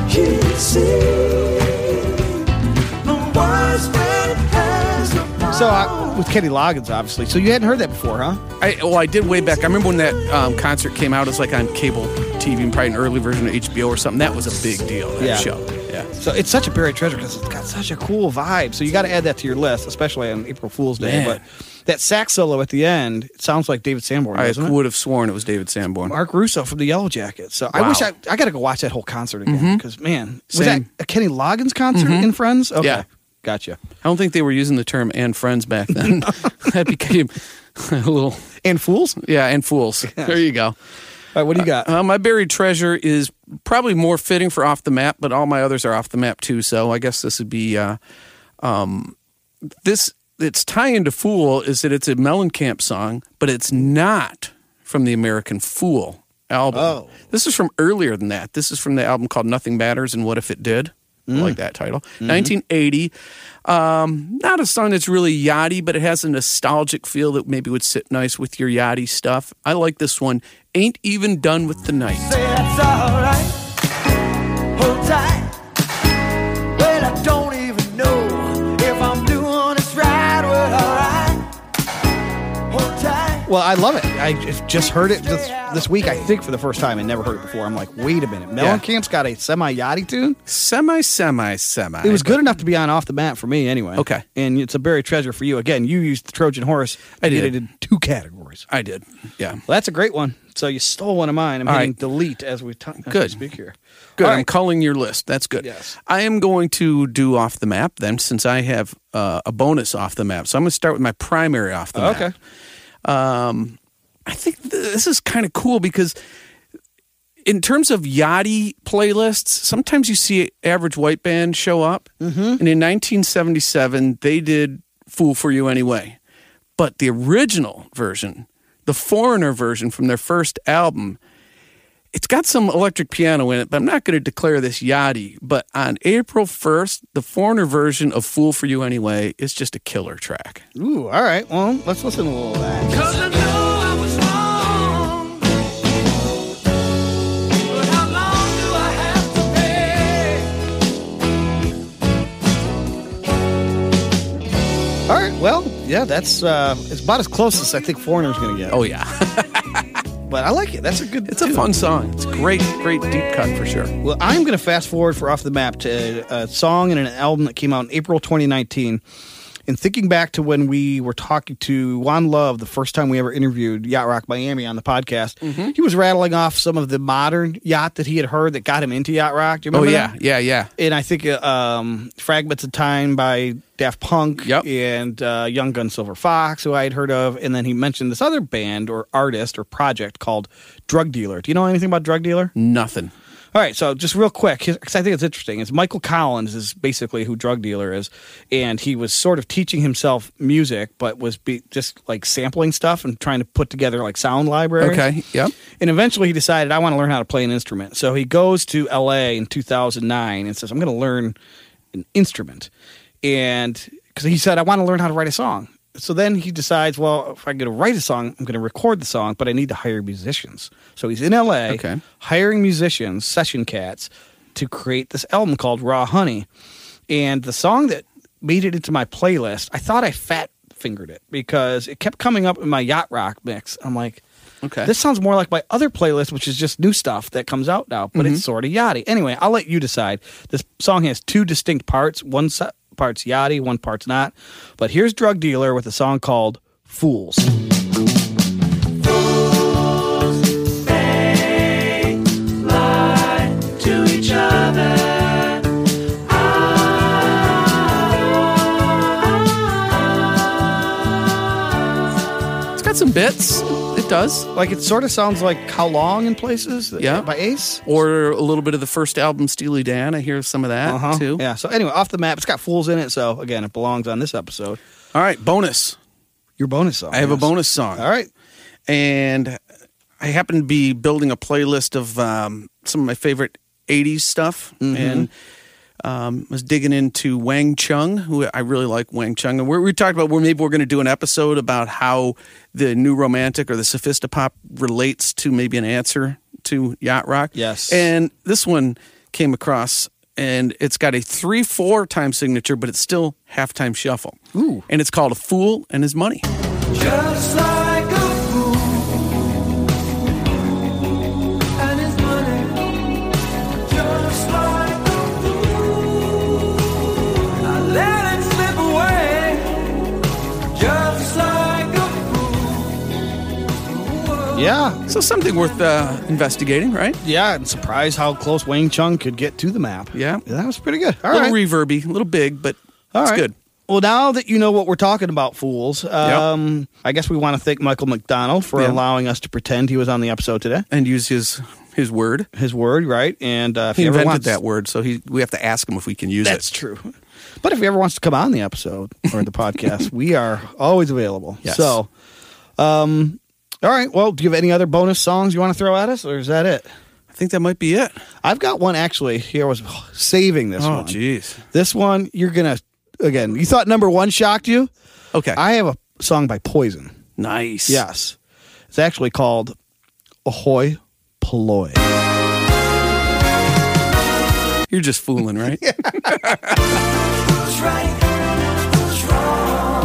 [SPEAKER 4] He sees the wise man has no power.
[SPEAKER 1] So I, with Kenny Loggins, obviously. So you hadn't heard that before, huh?
[SPEAKER 2] I, well, I did way back. I remember when that um, concert came out. It's like on cable TV, probably an early version of HBO or something. That was a big deal. That
[SPEAKER 1] Yeah.
[SPEAKER 2] show. Yeah.
[SPEAKER 1] So it's such a buried treasure because it's got such a cool vibe. So you got to add that to your list, especially on April Fool's Day.
[SPEAKER 2] Yeah.
[SPEAKER 1] But that sax solo at the end it sounds like David Sanborn,
[SPEAKER 2] I
[SPEAKER 1] doesn't it?
[SPEAKER 2] would have sworn it was David Sanborn.
[SPEAKER 1] Mark Russo from the Yellow Jackets. So I wish
[SPEAKER 2] Wow.
[SPEAKER 1] I I got to go watch that whole concert again because man, was
[SPEAKER 2] Same.
[SPEAKER 1] that a Kenny Loggins concert in Friends? Okay,
[SPEAKER 2] Yeah.
[SPEAKER 1] gotcha.
[SPEAKER 2] I don't think they were using the term "and friends" back then. that became a little,
[SPEAKER 1] And Fools. All
[SPEAKER 2] yeah, and fools. There you go.
[SPEAKER 1] right, what do you got?
[SPEAKER 2] Uh, my buried treasure is probably more fitting for off the map, but all my others are off the map too. So I guess this would be uh, um, this. Its tie into Fool is that it's a Mellencamp song, but it's not from the American Fool album.
[SPEAKER 1] Oh.
[SPEAKER 2] This is from earlier than that. This is from the album called Nothing Matters and What If It Did. I
[SPEAKER 1] Mm.
[SPEAKER 2] like that title.
[SPEAKER 1] Mm-hmm.
[SPEAKER 2] 1980. Um, not a song that's really yachty, but it has a nostalgic feel that maybe would sit nice with your yachty stuff. I like this one. Ain't even done with the night.
[SPEAKER 4] say that's alright. Hold tight. Well, I don't even know if I'm doing this right. Well, alright. Hold tight.
[SPEAKER 1] Well, I love it. I j- just heard it this, this week, I think, for the first time and never heard it before. I'm like, wait a minute.
[SPEAKER 2] Yeah.
[SPEAKER 1] Mellencamp's got a semi yachty tune?
[SPEAKER 2] Semi, semi, semi.
[SPEAKER 1] It was good enough to be on off the bat for me anyway.
[SPEAKER 2] Okay.
[SPEAKER 1] And it's a buried treasure for you. Again, you used the Trojan horse.
[SPEAKER 2] I
[SPEAKER 1] You
[SPEAKER 2] did.
[SPEAKER 1] it in two categories.
[SPEAKER 2] I did. Yeah.
[SPEAKER 1] Well, that's a great one. So you stole one of mine. I'm
[SPEAKER 2] All
[SPEAKER 1] hitting
[SPEAKER 2] right.
[SPEAKER 1] delete as we, t- as we
[SPEAKER 2] Good.
[SPEAKER 1] speak here.
[SPEAKER 2] Good.
[SPEAKER 1] All
[SPEAKER 2] I'm
[SPEAKER 1] right.
[SPEAKER 2] calling your list. That's good.
[SPEAKER 1] Yes.
[SPEAKER 2] I am going to do off the map then, since I have uh, a bonus off the map. So I'm going to start with my primary off the map.
[SPEAKER 1] Okay.
[SPEAKER 2] I think th- this is kind of cool because, in terms of yachty playlists, sometimes you see average white band show up. Mm-hmm. And in 1977, they did "Fool for You Anyway," but the original version, the foreigner version from their first album, it's got some electric piano in it. But I'm not going to declare this yachty. But on April 1st, the foreigner version of "Fool for You Anyway" is just a killer track.
[SPEAKER 1] Ooh, all right. Well, let's listen to a little of that.
[SPEAKER 4] Cause I know I was wrong. But how long do I have to pay?
[SPEAKER 1] All right. Well, yeah, that's uh, it's about as close as I think Foreigner's going to get.
[SPEAKER 2] Oh yeah.
[SPEAKER 1] but I like it. That's a good.
[SPEAKER 2] Oh. It's a fun song. It's a great, great deep cut for sure.
[SPEAKER 1] Well, I'm going to fast forward for off the map to a, a song and an album that came out in April 2019. And thinking back to when we were talking to Juan Love the first time we ever interviewed Yacht Rock Miami on the podcast,
[SPEAKER 2] Mm-hmm.
[SPEAKER 1] he was rattling off some of the modern yacht that he had heard that got him into yacht rock. Do you
[SPEAKER 2] Oh
[SPEAKER 1] remember?
[SPEAKER 2] yeah,
[SPEAKER 1] that?
[SPEAKER 2] yeah, yeah.
[SPEAKER 1] and I think uh, um, "Fragments of Time" by Daft Punk
[SPEAKER 2] Yep.
[SPEAKER 1] and uh, Young Gun Silver Fox, who I had heard of, and then he mentioned this other band or artist or project called Drug Dealer. Do you know anything about Drug Dealer?
[SPEAKER 2] Nothing.
[SPEAKER 1] All right, so just real quick, because I think it's interesting. It's Michael Collins is basically who Drug Dealer is, and he was sort of teaching himself music, but was be- just like sampling stuff and trying to put together like sound libraries.
[SPEAKER 2] Okay. Yep.
[SPEAKER 1] And eventually he decided, I want to learn how to play an instrument. So he goes to LA in 2009 and says, I'm going to learn an instrument. And because he said, I want to learn how to write a song. So then he decides, well, if I'm going to write a song, I'm going to record the song, but I need to hire musicians. So he's in LA
[SPEAKER 2] Okay.
[SPEAKER 1] hiring musicians, session cats, to create this album called Raw Honey. And the song that made it into my playlist, I thought I fat fingered it because it kept coming up in my yacht rock mix. I'm like,
[SPEAKER 2] Okay.
[SPEAKER 1] this sounds more like my other playlist, which is just new stuff that comes out now, but
[SPEAKER 2] Mm-hmm.
[SPEAKER 1] it's sort of yachty. Anyway, I'll let you decide. This song has two distinct parts. One se- part's yachty, one part's not. But here's Drug Dealer with a song called Fools.
[SPEAKER 4] to each other.
[SPEAKER 2] It's got some bits. It does.
[SPEAKER 1] Like it sort of sounds like How Long in places uh,
[SPEAKER 2] Yeah.
[SPEAKER 1] by Ace.
[SPEAKER 2] Or a little bit of the first album, Steely Dan. I hear some of that
[SPEAKER 1] Uh-huh.
[SPEAKER 2] too.
[SPEAKER 1] Yeah. So anyway, off the map, it's got fools in it. So again, it belongs on this episode.
[SPEAKER 2] All right. Bonus.
[SPEAKER 1] Your bonus song.
[SPEAKER 2] I have a
[SPEAKER 1] yes.
[SPEAKER 2] bonus song.
[SPEAKER 1] All right.
[SPEAKER 2] and I happen to be building a playlist of um, some of my favorite 80s stuff and um, was digging into Wang Chung, who I really like Wang Chung. And we're, we talked about where maybe we're going to do an episode about how the new romantic or the sophistopop relates to maybe an answer to yacht rock.
[SPEAKER 1] Yes.
[SPEAKER 2] And this one came across and it's got a 3-4 time signature, but it's still halftime shuffle. Ooh. And it's called A Fool and His Money.
[SPEAKER 4] Just like a fool and his money. Just like a fool, I let it slip away. Just like a fool.
[SPEAKER 1] Yeah.
[SPEAKER 2] So something worth uh, investigating, right?
[SPEAKER 1] Yeah. And surprised how close Wang Chung could get to the map.
[SPEAKER 2] Yeah.
[SPEAKER 1] That was pretty good. All
[SPEAKER 2] a
[SPEAKER 1] right.
[SPEAKER 2] little reverby, a little big, but
[SPEAKER 1] All
[SPEAKER 2] it's
[SPEAKER 1] right.
[SPEAKER 2] good.
[SPEAKER 1] Well, now that you know what we're talking about, fools, um, I guess we want to thank Michael McDonald for
[SPEAKER 2] Yeah.
[SPEAKER 1] allowing us to pretend he was on the episode today.
[SPEAKER 2] And use his his word.
[SPEAKER 1] His word, right? And uh, if
[SPEAKER 2] He
[SPEAKER 1] he, ever
[SPEAKER 2] invented
[SPEAKER 1] wants
[SPEAKER 2] that word, so he we have to ask him if we can use
[SPEAKER 1] That's
[SPEAKER 2] it.
[SPEAKER 1] true. But if he ever wants to come on the episode or the podcast, we are always available.
[SPEAKER 2] Yes.
[SPEAKER 1] So, um, all right. Well, do you have any other bonus songs you want to throw at us, or is that it?
[SPEAKER 2] I think that might be it.
[SPEAKER 1] I've got one actually. Here I was saving this
[SPEAKER 2] Oh,
[SPEAKER 1] one.
[SPEAKER 2] jeez.
[SPEAKER 1] This one you're gonna again. You thought number one shocked you.
[SPEAKER 2] Okay.
[SPEAKER 1] I have a song by Poison.
[SPEAKER 2] nice.
[SPEAKER 1] Yes, it's actually called "Ahoy Ploy."
[SPEAKER 2] You're just fooling, right?
[SPEAKER 4] What's right? What's wrong?